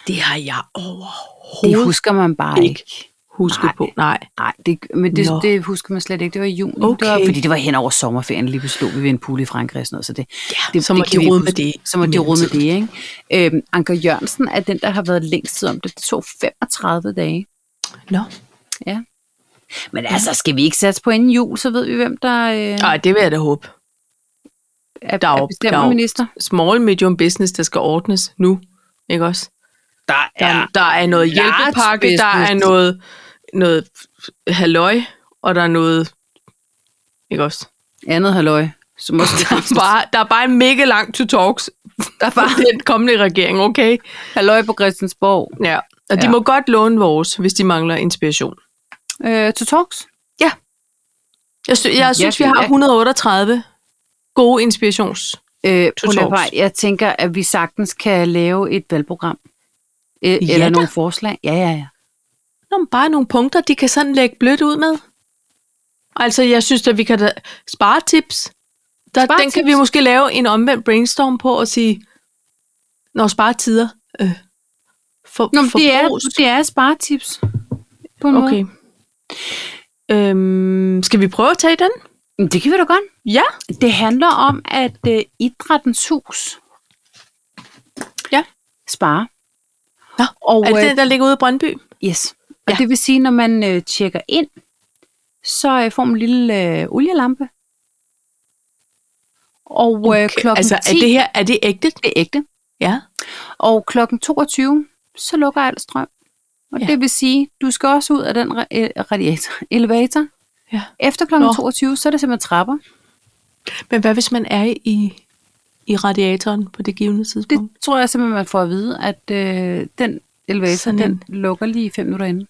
Speaker 1: Det har jeg
Speaker 2: det
Speaker 1: overhovedet
Speaker 2: husker man bare
Speaker 1: Ikke.
Speaker 2: ikke.
Speaker 1: husket
Speaker 2: Nej.
Speaker 1: på. Nej.
Speaker 2: Nej, det, men det,
Speaker 1: Nå.
Speaker 2: det husker man slet ikke. Det var i juni.
Speaker 1: Okay.
Speaker 2: Det var, fordi det var hen over sommerferien, lige pludselig lå vi ved en pool i Frankrig og sådan noget. Så det,
Speaker 1: Ja,
Speaker 2: det,
Speaker 1: så må
Speaker 2: det kan
Speaker 1: de
Speaker 2: vi ikke
Speaker 1: rode med
Speaker 2: huske.
Speaker 1: det.
Speaker 2: Så må
Speaker 1: i
Speaker 2: de rode med
Speaker 1: mellemtiden.
Speaker 2: det, ikke? Øhm, Anker Jørgensen er den, der har været længst tid om det. Det tog 35 dage.
Speaker 1: Nå.
Speaker 2: Men altså, skal vi ikke satse på inden jul, så ved vi, hvem der øh,
Speaker 1: Ej, det vil jeg da håbe.
Speaker 2: er,
Speaker 1: der er jo-
Speaker 2: er bestemmer
Speaker 1: der er jo-
Speaker 2: minister.
Speaker 1: Small medium business, der skal ordnes nu. Ikke også?
Speaker 2: Der
Speaker 1: Der, ja. der er noget
Speaker 2: Large
Speaker 1: hjælpepakke,
Speaker 2: business.
Speaker 1: der er noget, noget halløj, og der er noget... Ikke (laughs) også?
Speaker 2: andet halløj. Så
Speaker 1: (laughs)
Speaker 2: måske
Speaker 1: Der er, bare, der er bare en mega lang to talks
Speaker 2: der
Speaker 1: for (laughs) den kommende regering, okay?
Speaker 2: halløj på Christiansborg.
Speaker 1: Ja. Og de
Speaker 2: Ja.
Speaker 1: må godt låne vores, hvis de mangler inspiration.
Speaker 2: Øh, to talks.
Speaker 1: Jeg, sy- jeg synes, vi har
Speaker 2: ja.
Speaker 1: 138 gode inspirations...
Speaker 2: Øh,
Speaker 1: To
Speaker 2: prøv lige at
Speaker 1: talks.
Speaker 2: høre, jeg tænker, at vi sagtens kan lave et valgprogram. Øh,
Speaker 1: Ja
Speaker 2: eller
Speaker 1: da.
Speaker 2: nogle forslag. Ja, ja, ja.
Speaker 1: Nå, men bare nogle punkter, de kan sådan lægge blødt ud med. Altså, jeg synes, at vi kan da... Sparetips. Der, den
Speaker 2: Sparetips.
Speaker 1: kan vi måske lave en omvendt brainstorm på og sige, når sparetider... Øh, for,
Speaker 2: Nå, men det er,
Speaker 1: forbrugs-
Speaker 2: det er sparetips. på en okay.
Speaker 1: Okay. Øhm, skal vi prøve at tage den?
Speaker 2: måde. Det kan vi da godt.
Speaker 1: Ja.
Speaker 2: Det handler om, at øh, idrættens hus
Speaker 1: Ja.
Speaker 2: sparer.
Speaker 1: Nå,
Speaker 2: og,
Speaker 1: Er
Speaker 2: øh,
Speaker 1: det den, der ligger ude i Brøndby?
Speaker 2: Yes. Og
Speaker 1: Ja.
Speaker 2: ja. det vil sige, når man øh, tjekker ind, så øh, får man en lille øh, olielampe. Og okay. øh, klokken
Speaker 1: altså,
Speaker 2: 10
Speaker 1: er det her er det ægte?
Speaker 2: det er ægte.
Speaker 1: Ja.
Speaker 2: Og klokken 22, så lukker alt strøm. Og
Speaker 1: Ja.
Speaker 2: ja. det vil sige, du skal også ud af den ra- øh, radiator, (laughs) elevator.
Speaker 1: Ja.
Speaker 2: Efter klokken
Speaker 1: Nå.
Speaker 2: 22, så er det simpelthen trapper.
Speaker 1: Men hvad hvis man er i, i radiatoren på det givende tidspunkt?
Speaker 2: Det tror jeg simpelthen, man får at vide, at øh, den elevator,
Speaker 1: Sådan
Speaker 2: Sådan. den lukker lige fem minutter inden.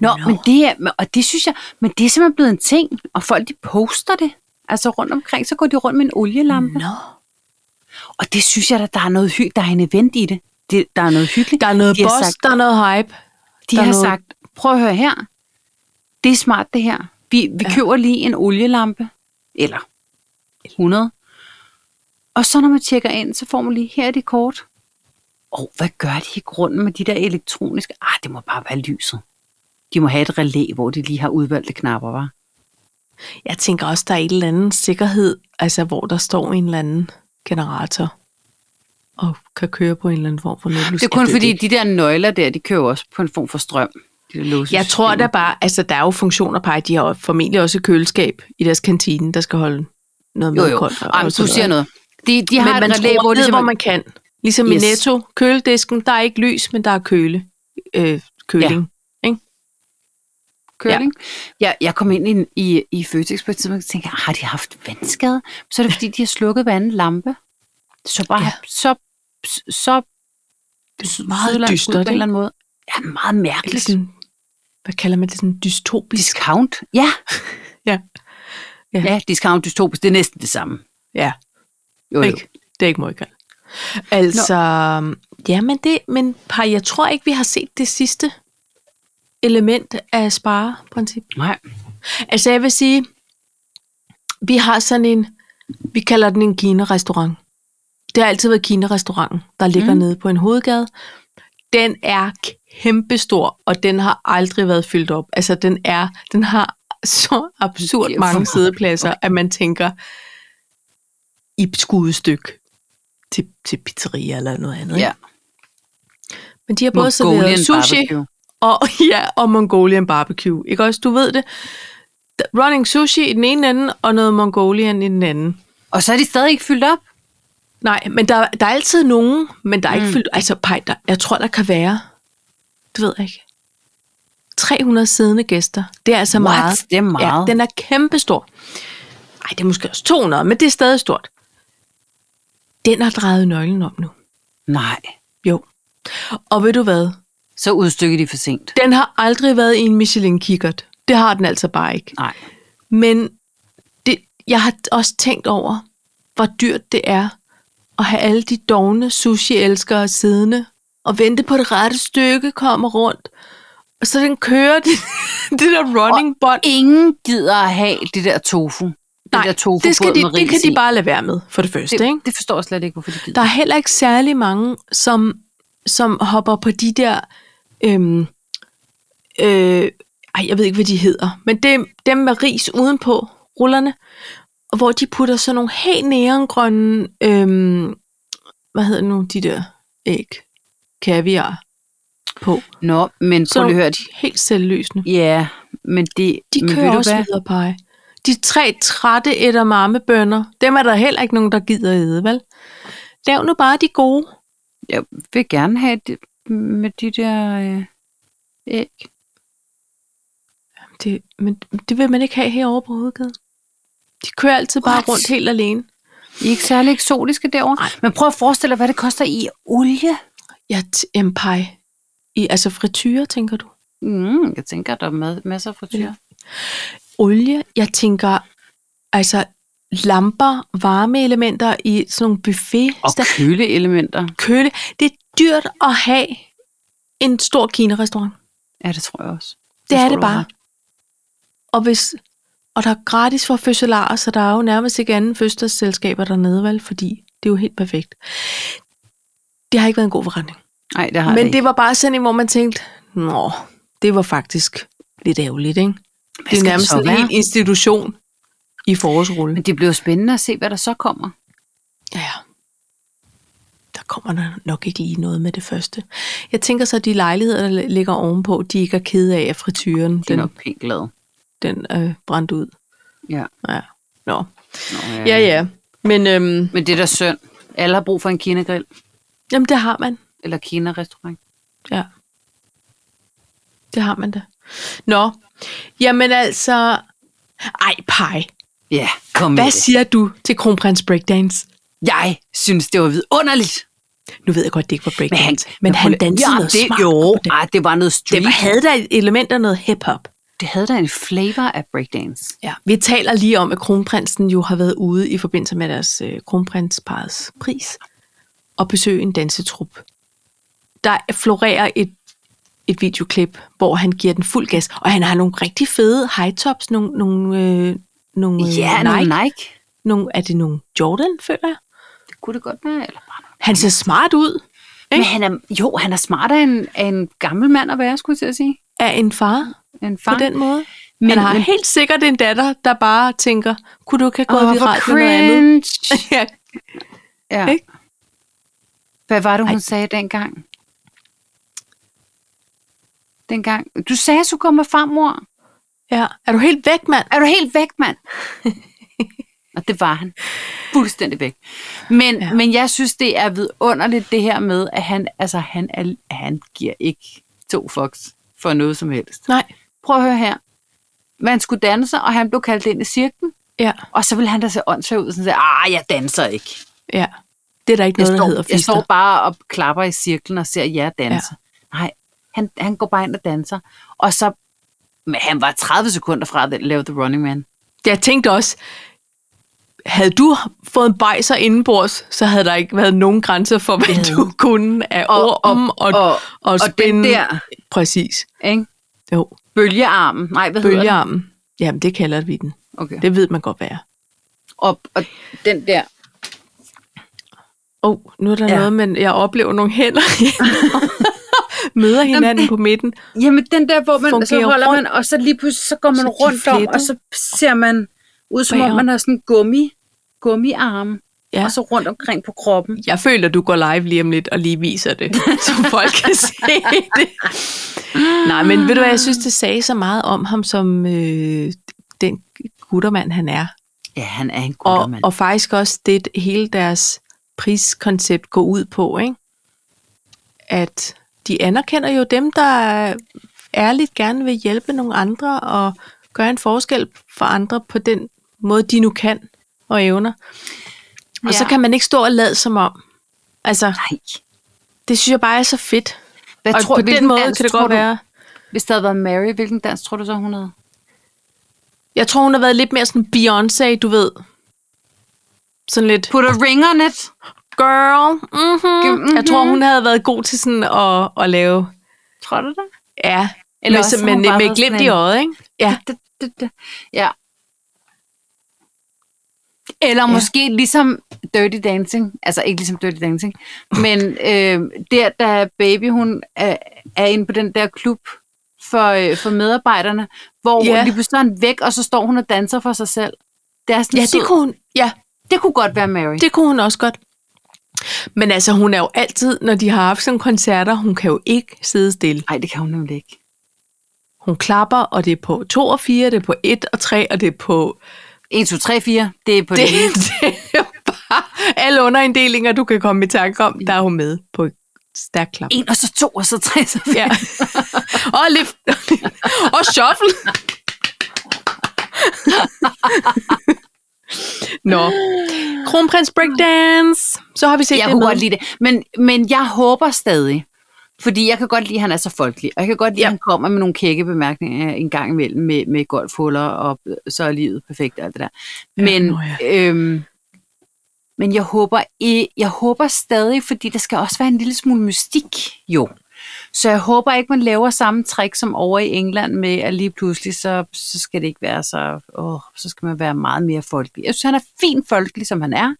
Speaker 2: Nå,
Speaker 1: Nå.
Speaker 2: no. men det er, men- og det synes jeg, men det er simpelthen blevet en ting, og folk de poster det. Altså rundt omkring, så går de rundt med en olielampe.
Speaker 1: Nå.
Speaker 2: Og det synes jeg, at der er noget hyggeligt, der er en event i det. det der er noget hyggeligt.
Speaker 1: Der er noget
Speaker 2: de har
Speaker 1: boss,
Speaker 2: sagt,
Speaker 1: der er noget hype.
Speaker 2: de
Speaker 1: der er
Speaker 2: har
Speaker 1: noget-
Speaker 2: sagt, prøv at høre her, det er smart det her. Vi, vi
Speaker 1: Ja.
Speaker 2: ja. køber lige en olielampe, eller 100. Og så når man tjekker ind, så får man lige, her er det kort. Og hvad gør de i grunden med de der elektroniske? Ah, det må bare være lyset. De må have et relæ, hvor de lige har udvalgte knapper, var.
Speaker 1: Jeg tænker også, der er et eller andet sikkerhed, altså hvor der står en eller anden generator og kan køre på en eller anden form for netløs.
Speaker 2: Det er kun fordi, de der nøgler der, de kører jo også på en form for strøm. De der låsesystemer.
Speaker 1: Jeg tror da bare, altså der er jo funktioner på, at de har formentlig også et køleskab i deres kantine, der skal holde noget
Speaker 2: Jo,
Speaker 1: mad
Speaker 2: jo.
Speaker 1: koldt. og-
Speaker 2: Ej,
Speaker 1: og
Speaker 2: men du
Speaker 1: sådan
Speaker 2: siger
Speaker 1: noget.
Speaker 2: noget. De, de har
Speaker 1: Men man
Speaker 2: et relæ,
Speaker 1: skruer
Speaker 2: hvor de
Speaker 1: ned, hvor
Speaker 2: simpelthen-
Speaker 1: man kan. Ligesom yes. i
Speaker 2: Yes.
Speaker 1: Netto, køledisken, der er ikke lys, men der er køle. Øh, køling. Ja.
Speaker 2: curling. Ja. Jeg, jeg kom ind i, i, i Føtex på et tidspunkt og tænkte, jeg, "Ah, har de haft vandskade? Så er det fordi, de har slukket hver anden lampe. Så bare
Speaker 1: Ja.
Speaker 2: ja. så, så, så
Speaker 1: Det er
Speaker 2: sydlandsk
Speaker 1: meget
Speaker 2: ud
Speaker 1: dystert,
Speaker 2: på en eller
Speaker 1: ikke?
Speaker 2: anden måde. Ja, meget
Speaker 1: Eller
Speaker 2: mærkeligt.
Speaker 1: sådan, hvad kalder man det? Sådan dystopisk?
Speaker 2: Discount. Ja.
Speaker 1: (laughs) Ja. Ja.
Speaker 2: ja. Ja, discount dystopisk. Det er næsten det samme.
Speaker 1: Ja.
Speaker 2: Jo, jo.
Speaker 1: Ikke? Det er ikke meget galt. Altså, ja, men, det, men par, jeg tror ikke, vi har set det sidste element af spareprincip.
Speaker 2: Nej.
Speaker 1: Altså, jeg vil sige, vi har sådan en, vi kalder den en Kina-restaurant. Det har altid været Kina-restauranten, der ligger mm.
Speaker 2: Mm.
Speaker 1: nede på en hovedgade. Den er kæmpestor, og den har aldrig været fyldt op. Altså, den er, den har så absurd
Speaker 2: Det er for
Speaker 1: mange
Speaker 2: meget.
Speaker 1: sædepladser, at man tænker, i skudstyk til, til pizzeria eller noget andet. ikke?
Speaker 2: Ja.
Speaker 1: Men de har både
Speaker 2: Mongolian
Speaker 1: serveret sushi,
Speaker 2: barbecue.
Speaker 1: og, (laughs) ja, og Mongolian barbecue. Ikke også? Du ved det. Running sushi i den ene ende, og noget Mongolian i den anden.
Speaker 2: Og så er de stadig ikke fyldt op.
Speaker 1: Nej, men der, der er altid nogen, men der er mm. ikke
Speaker 2: Mm.
Speaker 1: fyldt... Altså, pej, der, jeg tror, der kan være... Det ved jeg ikke. 300 siddende gæster. Det er altså
Speaker 2: What?
Speaker 1: meget.
Speaker 2: Det er meget.
Speaker 1: Ja, den er kæmpestor. Ej, det er måske også 200, men det er stadig stort. Den har drejet nøglen om nu.
Speaker 2: Nej.
Speaker 1: Jo. Og ved du hvad?
Speaker 2: Så udstykker de for sent.
Speaker 1: Den har aldrig været i en Michelin-kikkert. Det har den altså bare ikke.
Speaker 2: Nej.
Speaker 1: Men det, jeg har også tænkt over, hvor dyrt det er at have alle de dogne sushi-elskere siddende og vente på det rette stykke, kommer rundt. Og så den kører det, (laughs) det der running bånd.
Speaker 2: Ingen gider at have det der tofu.
Speaker 1: Nej,
Speaker 2: det der tofu
Speaker 1: Det, skal
Speaker 2: brød
Speaker 1: de,
Speaker 2: med
Speaker 1: det kan
Speaker 2: ris
Speaker 1: de
Speaker 2: i.
Speaker 1: bare lade være med, for det første. ikke?
Speaker 2: det forstår jeg slet ikke, hvorfor de gider.
Speaker 1: Der er heller ikke særlig mange, som, som hopper på de der... Øhm, øh, ej, jeg ved ikke, hvad de hedder. Men det, er dem med ris udenpå, rullerne, og hvor de putter sådan nogle helt neongrønne... Øhm, hvad hedder nu de der æg? Kaviar på.
Speaker 2: Nå, men
Speaker 1: Så
Speaker 2: prøv lige at høre.
Speaker 1: de er helt selvløsende.
Speaker 2: Ja, men det...
Speaker 1: De
Speaker 2: men
Speaker 1: kører
Speaker 2: ved du
Speaker 1: også
Speaker 2: hvad?
Speaker 1: videre pege. De tre trætte edamamebønder, dem er der heller ikke nogen, der gider æde, vel? Lav nu bare de gode.
Speaker 2: Jeg vil gerne have det med de der øh, æg.
Speaker 1: Det, men det vil man ikke have herovre på hovedgaden. De kører altid bare
Speaker 2: What?
Speaker 1: rundt helt alene.
Speaker 2: I er ikke særlig eksotiske derovre.
Speaker 1: Nej.
Speaker 2: Men prøv at forestille dig, hvad det koster i olie.
Speaker 1: Ja, t- em, pie. I, altså frityre, tænker du?
Speaker 2: Mm, jeg tænker, der er ma- masser af frityr.
Speaker 1: Ja. Olie, jeg tænker, altså lamper, varmeelementer i sådan nogle buffet.
Speaker 2: Og
Speaker 1: Okay.
Speaker 2: køleelementer.
Speaker 1: Køle. Det er dyrt at have en stor kinerestaurant.
Speaker 2: Ja, det tror jeg også.
Speaker 1: Det
Speaker 2: tror
Speaker 1: er det
Speaker 2: du har
Speaker 1: bare.
Speaker 2: ret.
Speaker 1: Og, hvis, og der er gratis for fødselarer, så der er jo nærmest ikke anden fødselsselskaber dernede, vel? Fordi det er jo helt perfekt. Det har ikke været en god forretning.
Speaker 2: Nej, det har
Speaker 1: Men
Speaker 2: det,
Speaker 1: det var bare sådan en, hvor man tænkte, nå, det var faktisk lidt ærgerligt, ikke? Det er
Speaker 2: skal
Speaker 1: nærmest
Speaker 2: så
Speaker 1: sådan
Speaker 2: være?
Speaker 1: en institution i forårsrullen.
Speaker 2: Men det bliver spændende at se, hvad der så kommer.
Speaker 1: Ja, ja. Der kommer der nok ikke lige noget med det første. Jeg tænker så, at de lejligheder, der ligger ovenpå, de ikke er kede af, at frityren
Speaker 2: Det er
Speaker 1: den,
Speaker 2: nok pænt glad.
Speaker 1: den øh, brændte ud.
Speaker 2: Ja.
Speaker 1: Ja. Nå.
Speaker 2: Nå,
Speaker 1: Ja, ja. Men øhm,
Speaker 2: Men det er da synd. Alle har brug for en kinagrill.
Speaker 1: jamen, det har man.
Speaker 2: Eller kinarestaurant.
Speaker 1: Ja. Det har man da. Nå. Jamen altså... Ej, pej.
Speaker 2: Ja, kom med
Speaker 1: Hvad
Speaker 2: det.
Speaker 1: siger du til kronprins Breakdance?
Speaker 2: Jeg synes, det var vidunderligt.
Speaker 1: Nu ved jeg godt, det ikke var
Speaker 2: Men han,
Speaker 1: breakdance, men, men han
Speaker 2: prøv lige-
Speaker 1: dansede
Speaker 2: ja,
Speaker 1: noget
Speaker 2: det,
Speaker 1: smart.
Speaker 2: Jo,
Speaker 1: på det.
Speaker 2: ej, det var noget street.
Speaker 1: det var, havde der elementer af noget hip-hop.
Speaker 2: det havde da en flavor af breakdance.
Speaker 1: Ja. Vi taler lige om, at kronprinsen jo har været ude i forbindelse med deres øh, kronprinsparets pris og besøge en dansetrup. Der florerer et, et videoklip, hvor han giver den fuld gas, og han har nogle rigtig fede high tops, nogle, nogle, øh, nogle øh,
Speaker 2: Ja,
Speaker 1: Nike.
Speaker 2: noget Mm, Nike.
Speaker 1: Nogle, er det nogle Jordan, føler jeg?
Speaker 2: Det kunne det godt være. Eller bare noget.
Speaker 1: Han ser smart ud
Speaker 2: Men han er, jo, han er smartere end, end en gammel mand at være, skulle jeg til at sige.
Speaker 1: af en far,
Speaker 2: En far.
Speaker 1: på den måde. Men,
Speaker 2: Men-
Speaker 1: han har
Speaker 2: men-
Speaker 1: helt sikkert en datter, der bare tænker, kunne du ikke have gået
Speaker 2: Åh,
Speaker 1: oh,
Speaker 2: hvor
Speaker 1: viralt med noget andet?
Speaker 2: cringe.
Speaker 1: (laughs) ja,
Speaker 2: Ja.
Speaker 1: Ikke?
Speaker 2: Hvad var det, hun
Speaker 1: Ej.
Speaker 2: sagde dengang? Dengang. Du sagde, at du kom med farmor.
Speaker 1: ja. Er du helt væk, mand?
Speaker 2: Er du helt væk, mand? (laughs) Og det var han. Fuldstændig væk. Men,
Speaker 1: Ja.
Speaker 2: ja. men jeg synes, det er vidunderligt det her med, at han, altså, han, er, han giver ikke to fucks for noget som helst.
Speaker 1: Nej.
Speaker 2: Prøv at høre her. Man skulle danse, og han blev kaldt ind i cirken,
Speaker 1: Ja,
Speaker 2: og så ville han da se åndssvagt ud og sådan sige, ah, jeg danser ikke.
Speaker 1: ja. Det er der ikke
Speaker 2: Jeg
Speaker 1: noget, der hedder
Speaker 2: står, jeg
Speaker 1: fister.
Speaker 2: står bare og klapper i cirklen og ser jer danse. Ja. Nej, han, han går bare ind og danser. Og så, men han var 30 sekunder fra at lave The Running Man.
Speaker 1: Jeg tænkte også, havde du fået en bajser indenbords, så havde der ikke været nogen grænser for, hvad
Speaker 2: Ja.
Speaker 1: du kunne af
Speaker 2: Og-
Speaker 1: ord om og, og,
Speaker 2: Og,
Speaker 1: og, og
Speaker 2: og den
Speaker 1: spænde.
Speaker 2: der,
Speaker 1: Præcis.
Speaker 2: ikke?
Speaker 1: Jo,
Speaker 2: Bølgearmen. Nej, hvad Bølge. hedder
Speaker 1: bølgearmen. Jamen, det kalder vi den.
Speaker 2: det? Okay.
Speaker 1: Det ved man godt, hvad er.
Speaker 2: Og, og den der.
Speaker 1: Åh, oh, nu er der ja.
Speaker 2: Ja.
Speaker 1: noget, men jeg oplever nogle hænder.
Speaker 2: (laughs)
Speaker 1: Møder hinanden
Speaker 2: Jamen, det-
Speaker 1: på midten.
Speaker 2: Jamen, den der, hvor man, så
Speaker 1: Fungerer
Speaker 2: holder
Speaker 1: rundt.
Speaker 2: man, og så lige pludselig, så går man
Speaker 1: Så de
Speaker 2: rundt om,
Speaker 1: fletter.
Speaker 2: og så ser man ud, som om
Speaker 1: Bagom.
Speaker 2: man har sådan en gummi, gummiarme,
Speaker 1: Ja.
Speaker 2: ja. og så rundt omkring på kroppen.
Speaker 1: Jeg føler, du går live lige om lidt og lige viser det, så folk kan se det. Nej, men ved du hvad, jeg synes, det sagde så meget om ham, som øh, den guttermand han er.
Speaker 2: Ja, han er en
Speaker 1: Og,
Speaker 2: guttermand.
Speaker 1: og faktisk også det, hele deres priskoncept går ud på, ikke? at de anerkender jo dem, der ærligt gerne vil hjælpe nogle andre og gøre en forskel for andre på den måde, de nu kan og evner. Og ja. så
Speaker 2: Ja.
Speaker 1: kan man ikke stå og lade som om. Altså,
Speaker 2: Nej.
Speaker 1: det synes jeg bare er så fedt.
Speaker 2: Hvad
Speaker 1: og
Speaker 2: tror,
Speaker 1: på den
Speaker 2: hvilken
Speaker 1: måde
Speaker 2: dans
Speaker 1: kan det
Speaker 2: tror
Speaker 1: godt
Speaker 2: du,
Speaker 1: være.
Speaker 2: Hvis der havde været Mary, hvilken dans tror du så, hun havde?
Speaker 1: Jeg tror, hun har været lidt mere sådan Beyoncé, du ved. Sådan lidt...
Speaker 2: Put a ring on it.
Speaker 1: girl. Mm-hmm.
Speaker 2: Mhm.
Speaker 1: Jeg tror, hun havde været god til sådan at, at lave...
Speaker 2: Tror du det?
Speaker 1: Ja,
Speaker 2: Eller
Speaker 1: Eller
Speaker 2: også
Speaker 1: med,
Speaker 2: har hun
Speaker 1: men
Speaker 2: bare
Speaker 1: med
Speaker 2: været
Speaker 1: glimt
Speaker 2: sådan
Speaker 1: i
Speaker 2: en-
Speaker 1: øjet, ikke? Ja,
Speaker 2: Da, da, da. ja. Eller
Speaker 1: Ja.
Speaker 2: måske ligesom Dirty Dancing. Altså ikke ligesom Dirty Dancing. Men øh, der, da Baby, hun er, er inde på den der klub for, øh, for medarbejderne, hvor
Speaker 1: Ja.
Speaker 2: yeah. lige pludselig er han væk, og så står hun og danser for sig selv. Det, er sådan
Speaker 1: ja
Speaker 2: sød.
Speaker 1: det, kunne hun, ja,
Speaker 2: det kunne godt være Mary.
Speaker 1: det kunne hun også godt. Men altså, hun er jo altid, når de har haft sådan koncerter, hun kan jo ikke sidde stille.
Speaker 2: Nej, det kan hun nemlig ikke.
Speaker 1: Hun klapper, og det er på 2 og 4, det er på 1 og 3, og det er på...
Speaker 2: 1, 2, 3, 4. Det er på
Speaker 1: (laughs)
Speaker 2: det.
Speaker 1: Det,
Speaker 2: det.
Speaker 1: det er bare alle underinddelinger, du kan komme i tanke om, der er hun med på et stærkt klap.
Speaker 2: 1, og så 2, og så 3, så 4.
Speaker 1: Ja. og lift. og shuffle. Nå. Kronprins Breakdance. Så har vi set
Speaker 2: jeg
Speaker 1: det
Speaker 2: kunne
Speaker 1: med.
Speaker 2: godt lide det. Men, men jeg håber stadig, fordi jeg kan godt lide, at han er så folkelig, og jeg kan godt lide,
Speaker 1: Ja.
Speaker 2: at han kommer med nogle kække bemærkninger en gang imellem med, med golfhuller, og så er livet perfekt og alt det der. Men,
Speaker 1: nå
Speaker 2: ja, øhm, men jeg, håber, i, jeg håber stadig, fordi der skal også være en lille smule mystik, jo. Så jeg håber ikke, man laver samme trick som over i England med, at lige pludselig, så, så skal det ikke være så, åh, så skal man være meget mere folkelig. Jeg synes, han er fint folkelig, som han er,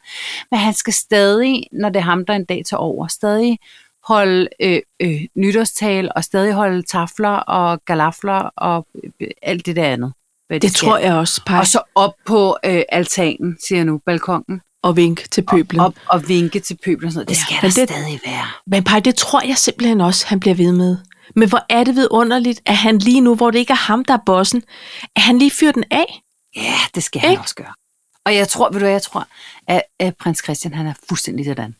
Speaker 2: men han skal stadig, når det er ham, der en dag tager over, stadig holde øh, øh, nytårstal og stadig holde tafler og galafler og øh, alt det der andet. Hvad de
Speaker 1: Det
Speaker 2: skal.
Speaker 1: tror jeg også, Paj.
Speaker 2: Og så op på øh, altanen, siger jeg nu, balkongen.
Speaker 1: Og vink til pøblen.
Speaker 2: Op og vinke til pøblen og sådan noget. Det
Speaker 1: Ja,
Speaker 2: skal
Speaker 1: men
Speaker 2: der
Speaker 1: det-
Speaker 2: stadig være.
Speaker 1: Men Paj, det tror jeg simpelthen også, han bliver ved med. Men hvor er det vidunderligt, at han lige nu, hvor det ikke er ham, der er bossen, at han lige fyrer den af.
Speaker 2: Ja, det skal han
Speaker 1: Ikke?
Speaker 2: også gøre. Og jeg tror, ved du hvad, jeg tror, at, at prins Christian, han er fuldstændig sådan.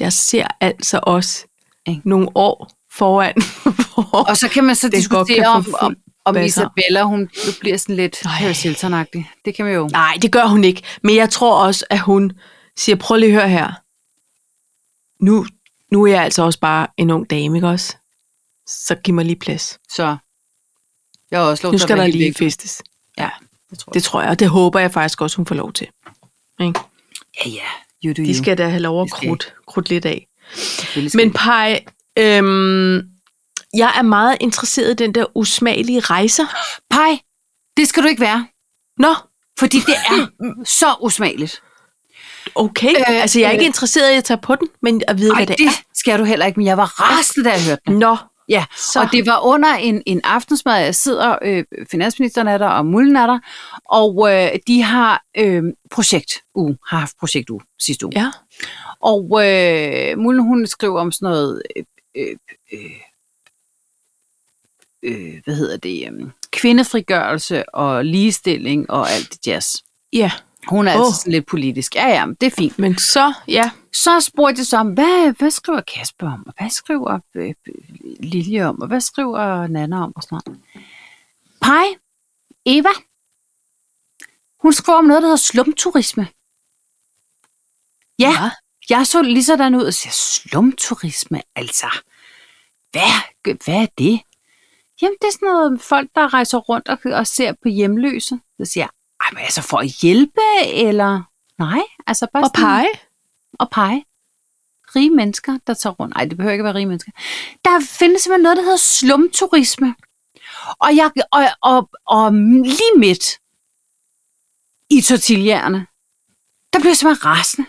Speaker 1: Jeg ser altså også
Speaker 2: Ikke?
Speaker 1: nogle år (laughs) foran. hvor-
Speaker 2: Og så kan man så
Speaker 1: Den godt
Speaker 2: diskutere
Speaker 1: kan
Speaker 2: om,
Speaker 1: få
Speaker 2: om,
Speaker 1: fuld
Speaker 2: om
Speaker 1: basser.
Speaker 2: Isabella, hun bliver sådan lidt
Speaker 1: Ej.
Speaker 2: Paris hilton -agtig. Det kan man jo.
Speaker 1: Nej, det gør hun ikke. Men jeg tror også, at hun siger, prøv lige at høre her. Nu, nu er jeg altså også bare en ung dame, ikke også? Så giv mig lige plads.
Speaker 2: Så jeg har også lov
Speaker 1: Nu
Speaker 2: til at
Speaker 1: skal
Speaker 2: være
Speaker 1: der
Speaker 2: helt
Speaker 1: lige
Speaker 2: væk.
Speaker 1: festes.
Speaker 2: Ja, det tror jeg.
Speaker 1: Det tror jeg, og det håber jeg faktisk også, hun får lov til.
Speaker 2: Ja, ja. You do
Speaker 1: De
Speaker 2: you.
Speaker 1: skal da have lov at
Speaker 2: Det skal
Speaker 1: krudt, krudt lidt af.
Speaker 2: Selvfølgelig skal
Speaker 1: Men
Speaker 2: de.
Speaker 1: Pej, øhm, jeg er meget interesseret i den der usmagelige rejser.
Speaker 2: Pej, det skal du ikke være.
Speaker 1: Nå,
Speaker 2: Fordi det (laughs) er så usmageligt.
Speaker 1: okay.
Speaker 2: Øh,
Speaker 1: Øh, altså, jeg er ikke
Speaker 2: øh.
Speaker 1: interesseret i at tage på den, men at vide,
Speaker 2: Ej,
Speaker 1: hvad det,
Speaker 2: det skal du heller ikke, men jeg var rasende, da jeg hørte
Speaker 1: er.
Speaker 2: det.
Speaker 1: Nå,
Speaker 2: Ja,
Speaker 1: så.
Speaker 2: Og det var under en, en aftensmad, jeg sidder, øh, finansministeren er der, og Mullen er der, og øh, de har øh, projektuge, har haft projektuge sidste uge.
Speaker 1: Ja.
Speaker 2: Og øh, Mullen, hun skriver om sådan noget, øh, øh, øh, øh, hvad hedder det, øh, kvindefrigørelse og ligestilling og alt det jazz.
Speaker 1: Ja,
Speaker 2: Hun er oh.
Speaker 1: Åh.
Speaker 2: altså sådan lidt politisk. Ja, ja, men det er fint.
Speaker 1: men så, ja.
Speaker 2: Så spurgte jeg så om, hvad, hvad skriver Kasper om, og hvad skriver øh, Lilje om, og hvad skriver Nana om, og sådan noget. Pej, Eva, hun skriver om noget, der hedder slumturisme. Ja,
Speaker 1: Hva?
Speaker 2: jeg så lige sådan ud og siger, slumturisme, altså, hvad, hvad er det? Jamen, det er sådan noget, folk, der rejser rundt og, og ser på hjemløse. Så siger jeg, "Ej, men altså for at hjælpe, eller? Nej, altså bare
Speaker 1: Og
Speaker 2: sådan-
Speaker 1: pege.
Speaker 2: og pege. Rige mennesker, der tager rundt. Nej, det behøver ikke at være rige mennesker. Der findes simpelthen noget, der hedder slumturisme. Og, jeg, og, og, og lige midt i tortillerne, der blev jeg simpelthen rasende.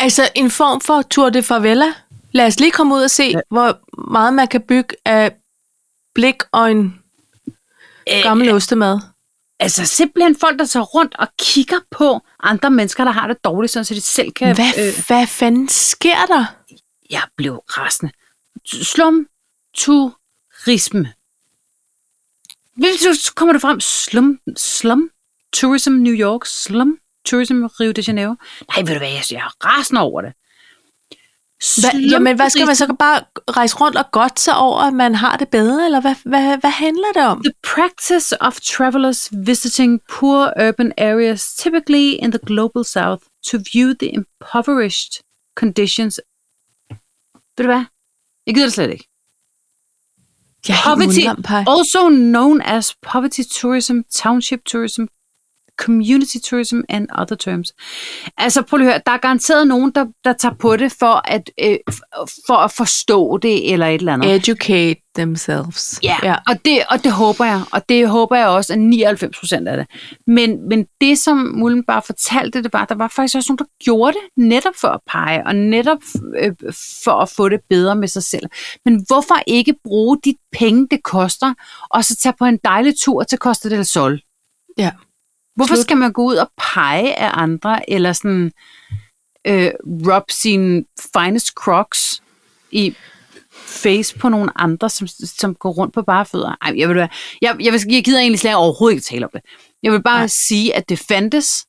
Speaker 1: Altså en form for Tour de Favela. Lad os lige komme ud og se, ja. hvor meget man kan bygge af blik og en gammel ostemad.
Speaker 2: Øh, Altså simpelthen folk, der tager rundt og kigger på andre mennesker, der har det dårligt, sådan, så de selv kan... øh,
Speaker 1: Hvad, hvad fanden sker der?
Speaker 2: jeg blev rasende. Slumturisme. Hvis du- Så kommer det frem, slum, slum, tourism New York, slum, tourism Rio de Janeiro. Nej, ved du hvad, jeg, jeg er rasende over det.
Speaker 1: Hva, jamen, hvad skal man
Speaker 2: Slumturisme.
Speaker 1: så bare rejse rundt og godt sig over, at man har det bedre? Eller hvad, hvad, hvad handler det om?
Speaker 2: The practice of travelers visiting poor urban areas, typically in the global south, to view the impoverished conditions. Ved du hvad? Jeg gider det slet ikke.
Speaker 1: Jeg er helt
Speaker 2: Poverty,
Speaker 1: mundlam, Paj.
Speaker 2: also known as poverty tourism, township tourism, community tourism and other terms. Altså prøv lige at høre, der er garanteret nogen, der, der tager på det for at, øh, f- for at forstå det eller et eller andet.
Speaker 1: Educate themselves.
Speaker 2: Ja,
Speaker 1: ja.
Speaker 2: ja. Og, det, og det håber jeg, og det håber jeg også, at 99 procent af det. Men, men det, som Mullen bare fortalte, det var, der var faktisk også nogen, der gjorde det netop for at pege, og netop øh, for at få det bedre med sig selv. Men hvorfor ikke bruge de penge, det koster, og så tage på en dejlig tur til Costa del Sol?
Speaker 1: Ja.
Speaker 2: Hvorfor
Speaker 1: Slut.
Speaker 2: skal man gå ud og pege af andre, eller sådan øh, rub sine finest crocs i face på nogle andre, som, som går rundt på bare fødder. Ej, jeg, vil, jeg, jeg, jeg, vil- jeg gider egentlig slet overhovedet ikke tale om det. Jeg vil bare
Speaker 1: Nej.
Speaker 2: Nej. sige, at det fandtes,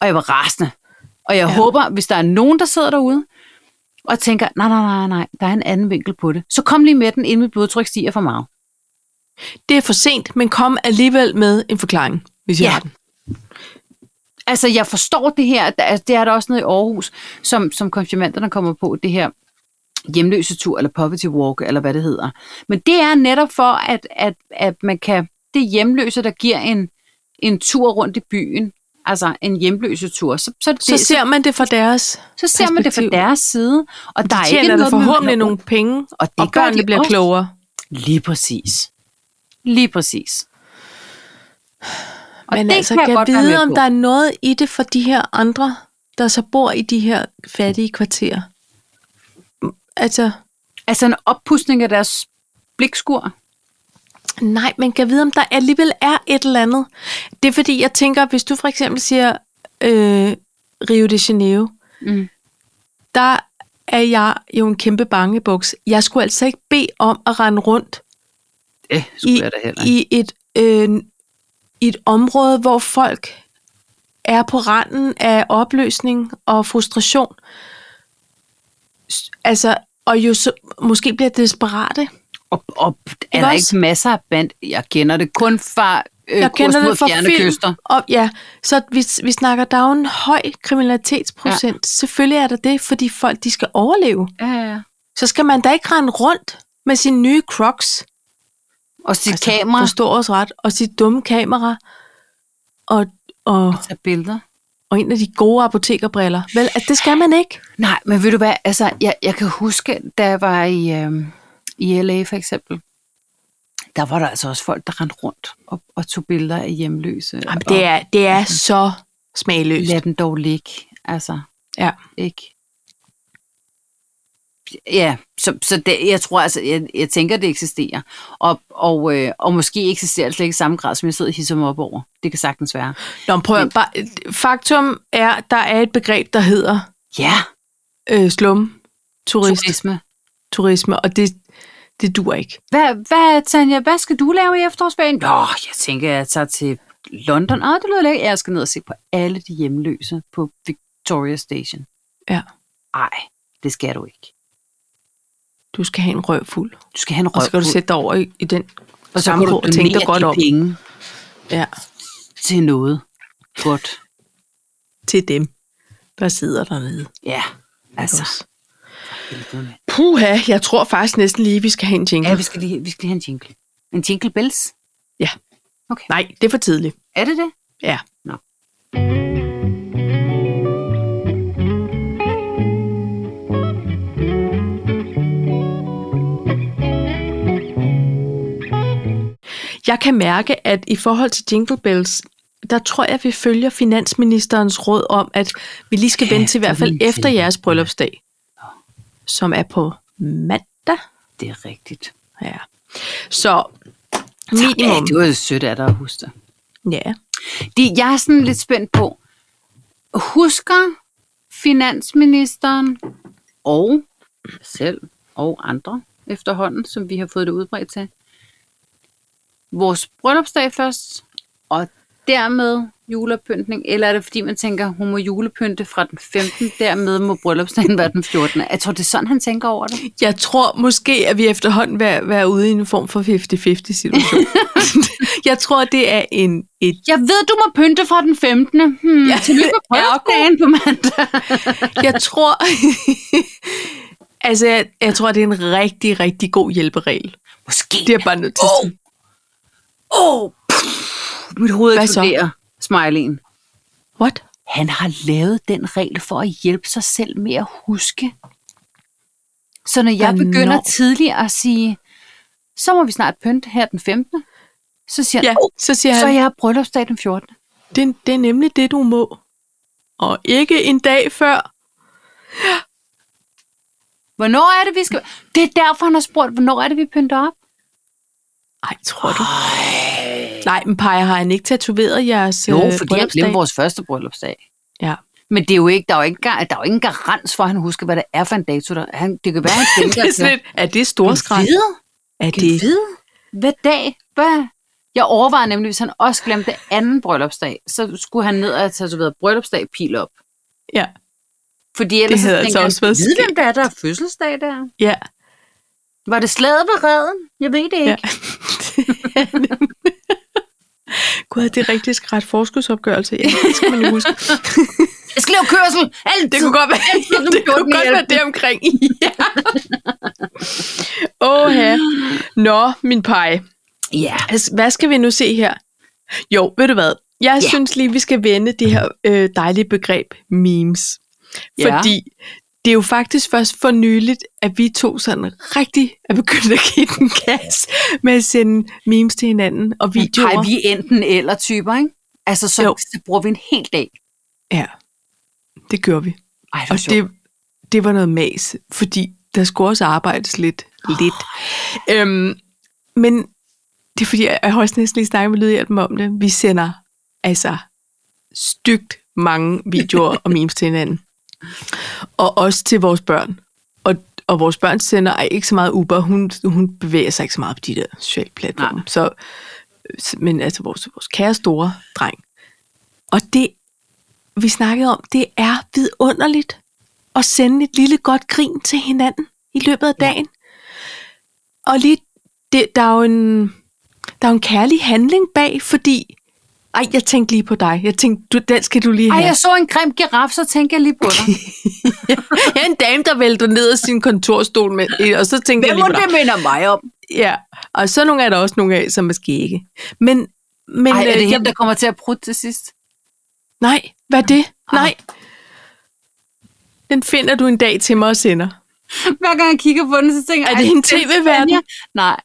Speaker 2: og jeg var rasende. Og jeg
Speaker 1: Ja.
Speaker 2: ja. håber, hvis der er nogen, der sidder derude, og tænker, nej, nej, nej, nej, der er en anden vinkel på det. Så kom lige med den, inden mit blodtryk stiger for meget.
Speaker 1: Det er for sent, men kom alligevel med en forklaring, hvis jeg
Speaker 2: Ja.
Speaker 1: har den.
Speaker 2: Altså, jeg forstår det her. Der, altså, det er der også noget i Aarhus, som, som konfirmanderne kommer på, det her hjemløse tur, eller poverty walk, eller hvad det hedder. Men det er netop for, at, at, at man kan... Det er hjemløse, der giver en, en tur rundt i byen, altså en hjemløse tur, så, så, det,
Speaker 1: Så
Speaker 2: så,
Speaker 1: ser man det fra deres.
Speaker 2: så ser man det fra
Speaker 1: perspektiv.
Speaker 2: deres side, og der
Speaker 1: Der
Speaker 2: er
Speaker 1: tjener
Speaker 2: ikke
Speaker 1: der
Speaker 2: noget... man-
Speaker 1: forhåbentlig nogle penge,
Speaker 2: Og det
Speaker 1: og
Speaker 2: gør
Speaker 1: børnene
Speaker 2: de
Speaker 1: bliver
Speaker 2: også.
Speaker 1: klogere.
Speaker 2: Lige præcis. Lige præcis.
Speaker 1: Og Men
Speaker 2: det
Speaker 1: altså,
Speaker 2: kan jeg
Speaker 1: kan jeg
Speaker 2: godt være
Speaker 1: vide,
Speaker 2: med
Speaker 1: om
Speaker 2: på.
Speaker 1: der er noget i det for de her andre, der så bor i de her fattige kvarterer? Altså,
Speaker 2: Altså en oppustning af deres blikskur.
Speaker 1: nej, men kan vide, om der alligevel er et eller andet. Det er fordi, jeg tænker, hvis du for eksempel siger øh, Rio de Janeiro,
Speaker 2: Mm.
Speaker 1: der er jeg jo en kæmpe bangebuks. Jeg skulle altså ikke bede om at rende rundt
Speaker 2: Det
Speaker 1: i, i et, øh, i et område, hvor folk er på randen af opløsning og frustration. S- Altså, og jo så, måske bliver desperate.
Speaker 2: Og, og er
Speaker 1: Ikke
Speaker 2: der
Speaker 1: også?
Speaker 2: ikke masser af band? Jeg kender det kun fra øh,
Speaker 1: Jeg kender
Speaker 2: kurs mod
Speaker 1: det fra
Speaker 2: fjerne
Speaker 1: film.
Speaker 2: kyster.
Speaker 1: Og, ja, så vi, vi snakker, der er jo en høj kriminalitetsprocent. Ja. Selvfølgelig er der det, fordi folk de skal overleve.
Speaker 2: Ja, ja, ja.
Speaker 1: Så skal man da ikke rende rundt med sine nye crocs.
Speaker 2: Og sit altså, kamera
Speaker 1: Forstår os ret. Og sit dumme kamera. Og, og
Speaker 2: og tage billeder.
Speaker 1: og en af de gode apotekerbriller. Vel, altså, det skal man ikke.
Speaker 2: Nej, men ved du hvad, altså, jeg, jeg kan huske, da jeg var i, øh, i LA for eksempel, der var der altså også folk, der rendte rundt og, og tog billeder af hjemløse.
Speaker 1: Jamen, det, er, det er så
Speaker 2: og
Speaker 1: smagløst.
Speaker 2: lad dem dog ligge, altså.
Speaker 1: Ja.
Speaker 2: Ikke? Ja, så, så det, jeg tror altså, jeg, jeg tænker, det eksisterer. Og, og, øh, og måske eksisterer det slet ikke i samme grad, som jeg sidder og hisser mig op over. Det kan sagtens være.
Speaker 1: Nå, men prøv at, bare, faktum er, at der er et begreb, der hedder
Speaker 2: Ja,
Speaker 1: øh, slum turist, turisme.
Speaker 2: turisme.
Speaker 1: turisme, og det, det dur ikke.
Speaker 2: Hvad, hvad, Tanja, hvad skal du lave i efterårsferien? Nå, jeg tænker, at jeg tager til London. Åh, det lyder lækkert. Jeg skal ned og se på alle de hjemløse på Victoria Station.
Speaker 1: Ja.
Speaker 2: Ej, det skal du ikke.
Speaker 1: Du skal have en røv fuld.
Speaker 2: Du skal have en
Speaker 1: Og så skal du
Speaker 2: røvfuld,
Speaker 1: sætte dig over i, i den
Speaker 2: og så kan
Speaker 1: samfund
Speaker 2: du
Speaker 1: og tænke dig
Speaker 2: donere
Speaker 1: godt
Speaker 2: de
Speaker 1: om.
Speaker 2: penge
Speaker 1: Ja,
Speaker 2: til noget godt.
Speaker 1: til dem, der sidder dernede.
Speaker 2: Ja, altså.
Speaker 1: Altså. Puha, jeg tror faktisk næsten lige, vi skal have en jingle.
Speaker 2: Ja, vi skal, lige, vi skal lige have en jingle. En jingle bells?
Speaker 1: Ja.
Speaker 2: Okay.
Speaker 1: Nej, det er for tidligt.
Speaker 2: Er det det?
Speaker 1: Ja.
Speaker 2: Nå.
Speaker 1: Jeg kan mærke, at i forhold til Jingle Bells, der tror jeg, vi følger finansministerens råd om, at vi lige skal vente til i hvert fald
Speaker 2: Efter
Speaker 1: efter jeres bryllupsdag, som er på mandag.
Speaker 2: Det er rigtigt.
Speaker 1: Ja. Så
Speaker 2: Ja,
Speaker 1: minimum.
Speaker 2: det var jo sødt af dig at huske det.
Speaker 1: Ja.
Speaker 2: Det, jeg er sådan lidt spændt på. Husker finansministeren og selv og andre efterhånden, som vi har fået det udbredt til, vores bryllupsdag først, og dermed julepyntning, eller er det fordi, man tænker, hun må julepynte fra den 15., dermed må bryllupsdagen være den 14. Jeg tror, det er sådan, han tænker over det.
Speaker 1: Jeg tror måske, at vi efterhånden vil være ude i en form for 50-50
Speaker 2: (laughs)
Speaker 1: situation. jeg tror, det er en, et
Speaker 2: Jeg ved, du må pynte fra den 15. Hmm, ja,
Speaker 1: Ja,
Speaker 2: tillykke med
Speaker 1: ergo.
Speaker 2: bryllupsdagen på mandag.
Speaker 1: Jeg tror... (laughs) altså, jeg, jeg tror, det er en rigtig, rigtig god hjælperegel.
Speaker 2: Måske
Speaker 1: Det er jeg bare nødt til at sige.
Speaker 2: Åh, oh, mit hoved
Speaker 1: Hvad så?
Speaker 2: eksploderer, Smileyen.
Speaker 1: What?
Speaker 2: Han har lavet den regel for at hjælpe sig selv med at huske. Så når jeg
Speaker 1: Hvornår?
Speaker 2: begynder tidligere at sige, så må vi snart pynte her den 15. Så siger han,
Speaker 1: Ja,
Speaker 2: ja, oh,
Speaker 1: så siger
Speaker 2: så
Speaker 1: han,
Speaker 2: jeg har bryllupsdag den 14.
Speaker 1: det, det er nemlig det, du må. Og ikke en dag før.
Speaker 2: Hvornår er det, vi skal... Det er derfor, han har spurgt, hvornår er det, vi pynter op?
Speaker 1: Ej, tror du? Nej, men Pia, har han ikke tatoveret jeres øh, bryllupsdag?
Speaker 2: vores første bryllupsdag.
Speaker 1: Ja.
Speaker 2: Men det er jo ikke, der er jo ikke, gar- der er jo ingen garant for, at han husker, hvad det er for en dato. Der, han, det kan være,
Speaker 1: (laughs)
Speaker 2: han tænker,
Speaker 1: Det er, sådan, lidt, er det storskræt?
Speaker 2: Gud vide,
Speaker 1: Er
Speaker 2: Kan det...
Speaker 1: det,
Speaker 2: vide, hvad dag? Hvad? Jeg overvejer nemlig, hvis han også glemte anden bryllupsdag, så skulle han ned og have tatoveret bryllupsdag pil op.
Speaker 1: ja,
Speaker 2: Fordi ellers
Speaker 1: havde altså
Speaker 2: så tænker
Speaker 1: også
Speaker 2: han,
Speaker 1: været
Speaker 2: ved
Speaker 1: sket."
Speaker 2: hvem der er, der er fødselsdag der?
Speaker 1: ja,
Speaker 2: Var det slaget ved redden? Jeg ved det
Speaker 1: ja. (laughs)
Speaker 2: ikke.
Speaker 1: Gud, det er rigtig skræt forskudsopgørelse. Ja, det skal man jo huske.
Speaker 2: Jeg skal lave kørsel!
Speaker 1: (laughs)
Speaker 2: Altid.
Speaker 1: Det kunne godt være,
Speaker 2: den
Speaker 1: det, kunne godt være det omkring. (laughs) Ja. Åh, ja. Nå, min pege.
Speaker 2: Ja.
Speaker 1: Altså, hvad skal vi nu se her? Jo, ved du hvad? Jeg
Speaker 2: Ja.
Speaker 1: ja. synes lige, vi skal vende det her øh, dejlige begreb memes.
Speaker 2: Ja.
Speaker 1: Fordi det er jo faktisk først for nyligt, at vi to sådan rigtig er begyndt at give den gas med at sende memes til hinanden og videoer.
Speaker 2: Ej, vi er enten eller typer, ikke? Altså, så,
Speaker 1: Jo.
Speaker 2: så bruger vi en hel dag.
Speaker 1: Ja, det gør vi.
Speaker 2: Ej, det var
Speaker 1: Og
Speaker 2: sjovt.
Speaker 1: det, det var noget mas, fordi der skulle også arbejdes lidt. Lidt. Øhm, men det er fordi, jeg jeg har også næsten lige snakket med Lydhjælpen om det. Vi sender altså stygt mange videoer
Speaker 2: (laughs)
Speaker 1: og memes til hinanden. Og også til vores børn. Og, og vores børn sender er ikke så meget Uber. Hun, hun bevæger sig ikke så meget på de der sociale platforme.
Speaker 2: Nej.
Speaker 1: Så, så- men altså vores, vores kære store dreng. Og det, vi snakkede om, det er vidunderligt at sende et lille godt grin til hinanden i løbet af dagen. Ja. Og lige, det, der er jo en, der er jo en kærlig handling bag, fordi... Ej, jeg tænkte lige på dig. Jeg tænkte, du, den skal du lige
Speaker 2: Ej,
Speaker 1: have.
Speaker 2: jeg så en grim giraf, så tænkte jeg lige på
Speaker 1: (laughs)
Speaker 2: dig.
Speaker 1: jeg er en dame, der vælter ned af sin kontorstol, med, og så tænker jeg
Speaker 2: Hvem
Speaker 1: lige
Speaker 2: må
Speaker 1: på dig.
Speaker 2: det minder mig om?
Speaker 1: Ja, og så nogle er der også nogle af, som måske ikke. Men, men
Speaker 2: Ej, er
Speaker 1: øh,
Speaker 2: det
Speaker 1: jeg-
Speaker 2: hende, der kommer til at prutte til sidst?
Speaker 1: Nej, hvad er det?
Speaker 2: Ej.
Speaker 1: Nej. Den finder du en dag til mig og sender.
Speaker 2: Hver gang jeg kigger på den, så tænker jeg...
Speaker 1: Er det
Speaker 2: "Ej,
Speaker 1: en
Speaker 2: den skal
Speaker 1: tv-verden?"
Speaker 2: jeg- Nej.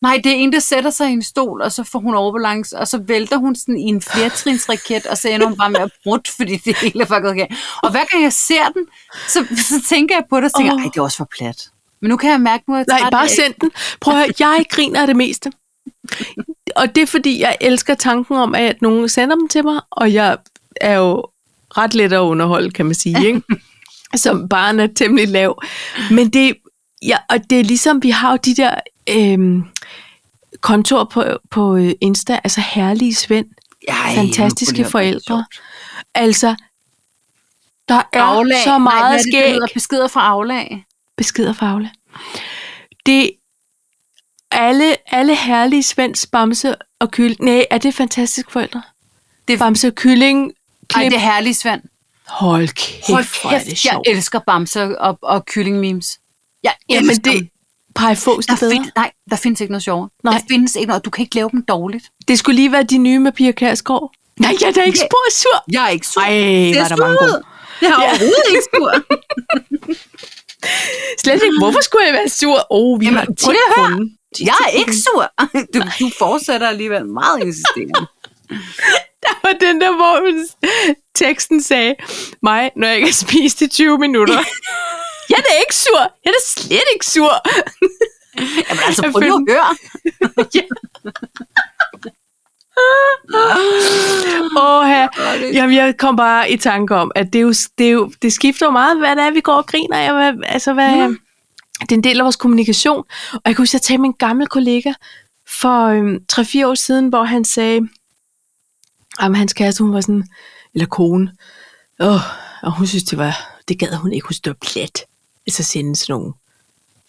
Speaker 2: Nej, det er en, der sætter sig i en stol, og så får hun overbalance, og så vælter hun sådan i en flertrinsraket, og så ender hun bare med at brudt, fordi det hele er fucking okay. Og hver gang jeg ser den, så, så tænker jeg på det, og så tænker,
Speaker 1: Åh.
Speaker 2: jeg, ej, det er også for plat. Men nu kan jeg mærke, nu er jeg
Speaker 1: Nej,
Speaker 2: træt
Speaker 1: bare
Speaker 2: af-
Speaker 1: send den. Prøv at høre, jeg griner af det meste. Og det er fordi, jeg elsker tanken om, at nogen sender dem til mig, og jeg er jo ret let at underholde, kan man sige,
Speaker 2: (laughs)
Speaker 1: ikke? som barn er temmelig lav. Men det, ja, og det er ligesom, vi har jo de der øhm, kontor på, på øh, Insta, altså herlige Svend,
Speaker 2: Ej,
Speaker 1: fantastiske
Speaker 2: nu kunne det have været
Speaker 1: forældre.
Speaker 2: sjovt.
Speaker 1: altså, der er
Speaker 2: Aflag.
Speaker 1: så
Speaker 2: Nej, hvad
Speaker 1: meget
Speaker 2: er det, det
Speaker 1: skæg
Speaker 2: hedder? Beskeder fra aflag.
Speaker 1: beskeder fra Aula. Det alle, alle herlige Svends Bamse og Kylling. Nej, er det fantastisk forældre?
Speaker 2: Det er-
Speaker 1: Bamse og Kylling.
Speaker 2: Ej,
Speaker 1: Klip.
Speaker 2: det er herligt, Svend.
Speaker 1: Hold kæft,
Speaker 2: Hold
Speaker 1: hvor er det
Speaker 2: kæft, jeg
Speaker 1: sjovt.
Speaker 2: elsker bamser og, og kylling-memes. Jeg elsker
Speaker 1: Jamen
Speaker 2: dem.
Speaker 1: det, Paj Fås
Speaker 2: Der
Speaker 1: er bedre.
Speaker 2: Find, nej, der findes ikke noget sjovere. Nej.
Speaker 1: Nej.
Speaker 2: Der findes ikke noget, du kan ikke lave dem dårligt.
Speaker 1: Det skulle lige være de nye med Pia Kærsgaard. Nej, jeg er da ikke
Speaker 2: Ja.
Speaker 1: spor sur.
Speaker 2: Jeg er ikke sur.
Speaker 1: Ej, var der mange gode.
Speaker 2: Jeg er overhovedet ikke sur. (laughs)
Speaker 1: Slet ikke, hvorfor skulle jeg være sur? Åh, oh, vi
Speaker 2: Jamen,
Speaker 1: har 10
Speaker 2: prøv lige at høre.
Speaker 1: kroner.
Speaker 2: Jeg er ikke sur. Du, du fortsætter alligevel meget insisterende.
Speaker 1: Og den der, hvor hun- teksten sagde, mig, når jeg ikke har spist i 20 minutter. jeg er da ikke sur. Jeg er da slet ikke sur.
Speaker 2: Jamen altså,
Speaker 1: Jeg
Speaker 2: prøv lige at høre.
Speaker 1: Åh, Jamen, jeg kom bare i tanke om, at det, er jo, det, er jo, det skifter jo meget, hvad det er, vi går og griner af. og Hvad, altså, hvad,
Speaker 2: Ja.
Speaker 1: ja. Det er en del af vores kommunikation. Og jeg kan huske, at jeg talte med en gammel kollega for øhm, 3-4 år siden, hvor han sagde, at hans kæreste, hun var sådan, eller kone, åh, og hun synes, det var, det gad hun ikke, hun stod plet. Så sende sådan nogle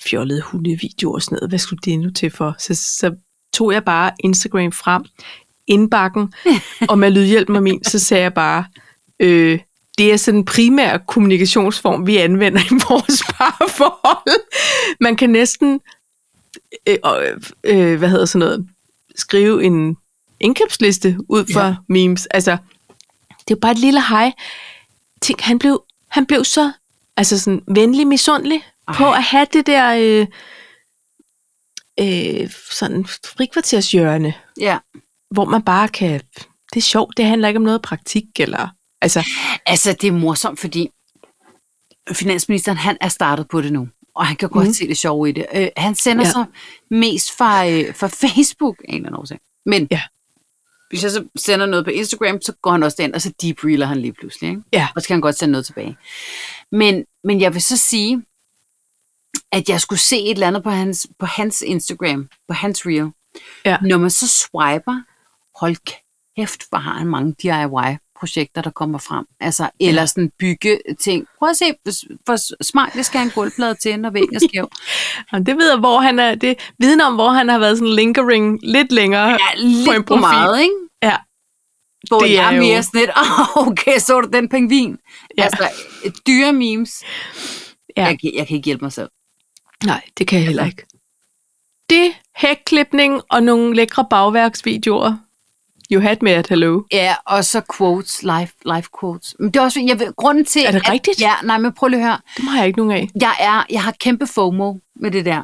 Speaker 1: fjollede hundevideoer og sådan noget. Hvad skulle det nu til for? Så, så tog jeg bare Instagram frem, indbakken, og med lydhjælp med min, så sagde jeg bare, øh, det er sådan en primær kommunikationsform, vi anvender i vores parforhold. Man kan næsten, øh, og, øh, hvad hedder sådan noget, skrive en indkøbsliste ud fra
Speaker 2: Ja.
Speaker 1: ja. memes. Altså, det er bare et lille hej. Tænk, han blev, han blev så altså sådan, venlig, misundelig Ej. på
Speaker 2: Ej.
Speaker 1: at have det der øh, øh, sådan frikvartershjørne
Speaker 2: Ja.
Speaker 1: hvor man bare kan... Det er sjovt, det handler ikke om noget praktik, eller... Altså,
Speaker 2: Altså, det er morsomt, fordi finansministeren, han er startet på det nu. Og han kan godt
Speaker 1: Mhm.
Speaker 2: se det sjove i det. Øh, han sender ja.
Speaker 1: Ja.
Speaker 2: sig mest fra, øh, fra Facebook af en eller anden årsag. Men
Speaker 1: Ja.
Speaker 2: hvis jeg så sender noget på Instagram, så går han også derind, og så debriller han lige pludselig. Ikke?
Speaker 1: Ja.
Speaker 2: Og så kan han godt sende noget tilbage. Men, men jeg vil så sige, at jeg skulle se et eller andet på hans, på hans Instagram, på hans reel.
Speaker 1: Ja.
Speaker 2: Når man så swiper, hold kæft, hvor har han mange DIY-projekter, der kommer frem. Altså, eller
Speaker 1: Ja.
Speaker 2: sådan bygge ting. Prøv at se, hvis- hvor smart det skal have en gulvplade til, når væggen er skæv.
Speaker 1: jamen, det ved jeg, hvor han er... Det viden om, hvor han har været sådan lingering lidt længere.
Speaker 2: Ja,
Speaker 1: en
Speaker 2: lidt for
Speaker 1: profil.
Speaker 2: meget, ikke?
Speaker 1: Ja.
Speaker 2: Hvor det
Speaker 1: Det
Speaker 2: jeg er
Speaker 1: er jo-
Speaker 2: mere sådan lidt, oh, okay, så du den pingvin.
Speaker 1: Ja.
Speaker 2: Ja. Altså, dyre memes. Ja.
Speaker 1: Ja.
Speaker 2: Jeg, kan- jeg kan ikke hjælpe mig selv.
Speaker 1: Nej, det kan jeg heller
Speaker 2: Altså.
Speaker 1: ikke. Det, hækklipning og nogle lækre bagværksvideoer. You had me at hello.
Speaker 2: Ja, og så quotes, live, live quotes. Men det er også, jeg ved, grunden til...
Speaker 1: Er det rigtigt?
Speaker 2: At, ja, nej, men prøv lige at høre.
Speaker 1: Dem har jeg ikke nogen af.
Speaker 2: jeg, er, jeg har kæmpe FOMO med det der.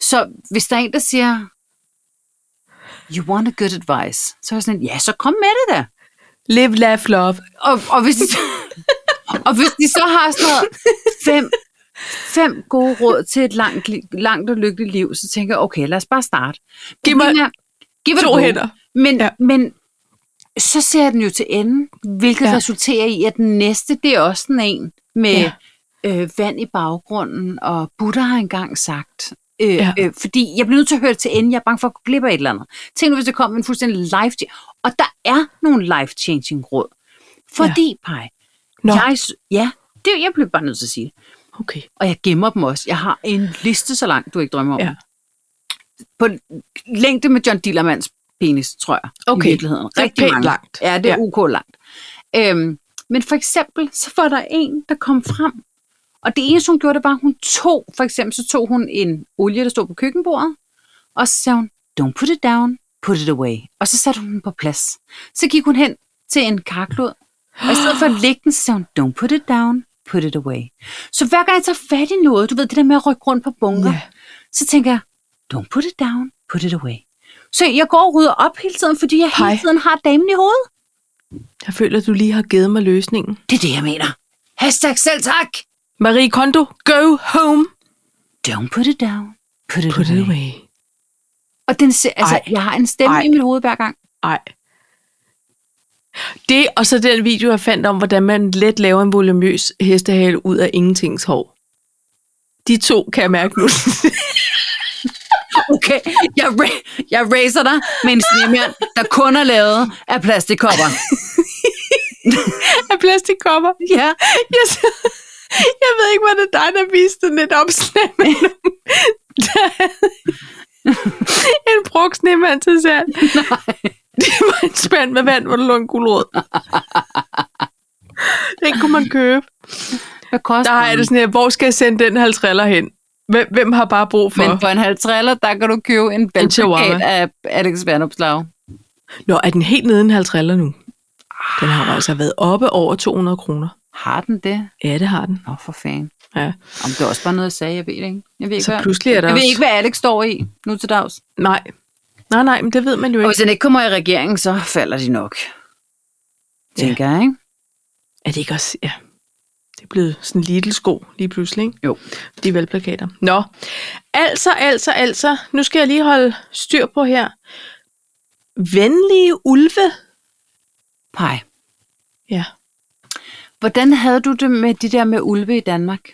Speaker 2: Så hvis der er en, der siger, you want a good advice, så er jeg sådan, ja, så kom med det da.
Speaker 1: Live, laugh, love. (laughs)
Speaker 2: Og, og, hvis, de, og hvis de så har sådan noget, fem fem gode råd til et langt, li- langt og lykkeligt liv, så tænker jeg, okay, lad os bare starte.
Speaker 1: Giv mig
Speaker 2: Problemet er- giv
Speaker 1: to
Speaker 2: go.
Speaker 1: hænder.
Speaker 2: Men,
Speaker 1: Ja.
Speaker 2: ja. men så ser jeg den jo til ende, hvilket
Speaker 1: Ja.
Speaker 2: ja. resulterer i, at den næste, det er også den en med
Speaker 1: Ja.
Speaker 2: ja. øh, vand i baggrunden, og Buddha har engang sagt, øh,
Speaker 1: Ja.
Speaker 2: ja. øh, fordi jeg bliver nødt til at høre det til ende, jeg er bange for at gå glip af et eller andet. Tænk nu, hvis det kom en fuldstændig life change. Og der er nogle life-changing råd. Fordi, ja. Paj,
Speaker 1: Nå,
Speaker 2: jeg, s- ja, det, jeg blev bare nødt til at sige det.
Speaker 1: okay.
Speaker 2: Og jeg gemmer dem også. Jeg har en liste så langt, du ikke drømmer om.
Speaker 1: Ja.
Speaker 2: Ja. På længde med John Dillermans penis, tror jeg.
Speaker 1: Okay.
Speaker 2: I virkeligheden.
Speaker 1: er
Speaker 2: Rigtig
Speaker 1: pænt
Speaker 2: mange.
Speaker 1: langt.
Speaker 2: Ja, det er
Speaker 1: Ja.
Speaker 2: ja. ok langt. Øhm, men for eksempel, så var der en, der kom frem. Og det eneste, hun gjorde, det var, at hun tog, for eksempel, så tog hun en olie, der stod på køkkenbordet, og så sagde hun, don't put it down, put it away. Og så satte hun den på plads. Så gik hun hen til en karklod, og i stedet
Speaker 1: (gasps)
Speaker 2: for at lægge den, så sagde hun, don't put it down, put it away. Så hver gang jeg tager fat i noget, du ved det der med at rykke rundt på bunker,
Speaker 1: Ja.
Speaker 2: yeah. så tænker jeg, don't put it down, put it away. Så jeg går og rydder op hele tiden, fordi jeg
Speaker 1: Hej.
Speaker 2: hele tiden har damen i hovedet.
Speaker 1: Jeg føler, at du lige har givet mig løsningen.
Speaker 2: Det er det, jeg mener. Hashtag selv tak.
Speaker 1: Marie Kondo, go home.
Speaker 2: Don't put it down, put it,
Speaker 1: Put it
Speaker 2: away.
Speaker 1: away.
Speaker 2: Og den, se- altså,
Speaker 1: Ej.
Speaker 2: jeg har en stemme
Speaker 1: Ej.
Speaker 2: i mit hoved hver gang.
Speaker 1: Ej. Det, og så den video, jeg fandt om, hvordan man let laver en volumøs hestehale ud af ingentings hår. De to kan jeg mærke nu. (laughs)
Speaker 2: Okay, jeg, ra- jeg racer dig med en snemjern, der kun er lavet af plastikkopper.
Speaker 1: af plastikkopper.
Speaker 2: ja.
Speaker 1: Jeg, s- jeg ved ikke, var det dig, der viste et opslag med nogen, der havde en brugt snemand til salg. Det var en spand med vand, hvor der lå en gulerod. Den kunne man købe.
Speaker 2: Hvad koster
Speaker 1: Der har jeg det sådan her, hvor skal jeg sende den 50'er hen? Hvem, hvem har bare brug for?
Speaker 2: Men for en halv triller, der kan du købe en valgplakat
Speaker 1: chihuahua.
Speaker 2: af Alex Vandopslag.
Speaker 1: Nå, er den helt nede i en 50'er nu? Den har jo altså været oppe over 200 kroner.
Speaker 2: Har den det?
Speaker 1: Ja, det har den.
Speaker 2: Nå, for fanden.
Speaker 1: Ja.
Speaker 2: Om det er også bare noget, jeg sagde, jeg ved det ikke. Jeg ved ikke,
Speaker 1: Så
Speaker 2: hvad,
Speaker 1: pludselig er der
Speaker 2: jeg ved
Speaker 1: også-
Speaker 2: ikke, hvad Alex står i nu til dags.
Speaker 1: Nej. Nej, nej, men det ved man jo
Speaker 2: Og
Speaker 1: ikke.
Speaker 2: hvis han ikke kommer i regeringen, så falder de nok. Tænker jeg, ikke?
Speaker 1: Er det ikke også... Ja. Det er blevet sådan en lille sko lige pludselig, ikke?
Speaker 2: Jo.
Speaker 1: De valgplakater. Nå. Altså, altså, altså. Nu skal jeg lige holde styr på her. Venlige ulve.
Speaker 2: Pej.
Speaker 1: Ja.
Speaker 2: Hvordan havde du det med de der med ulve i Danmark?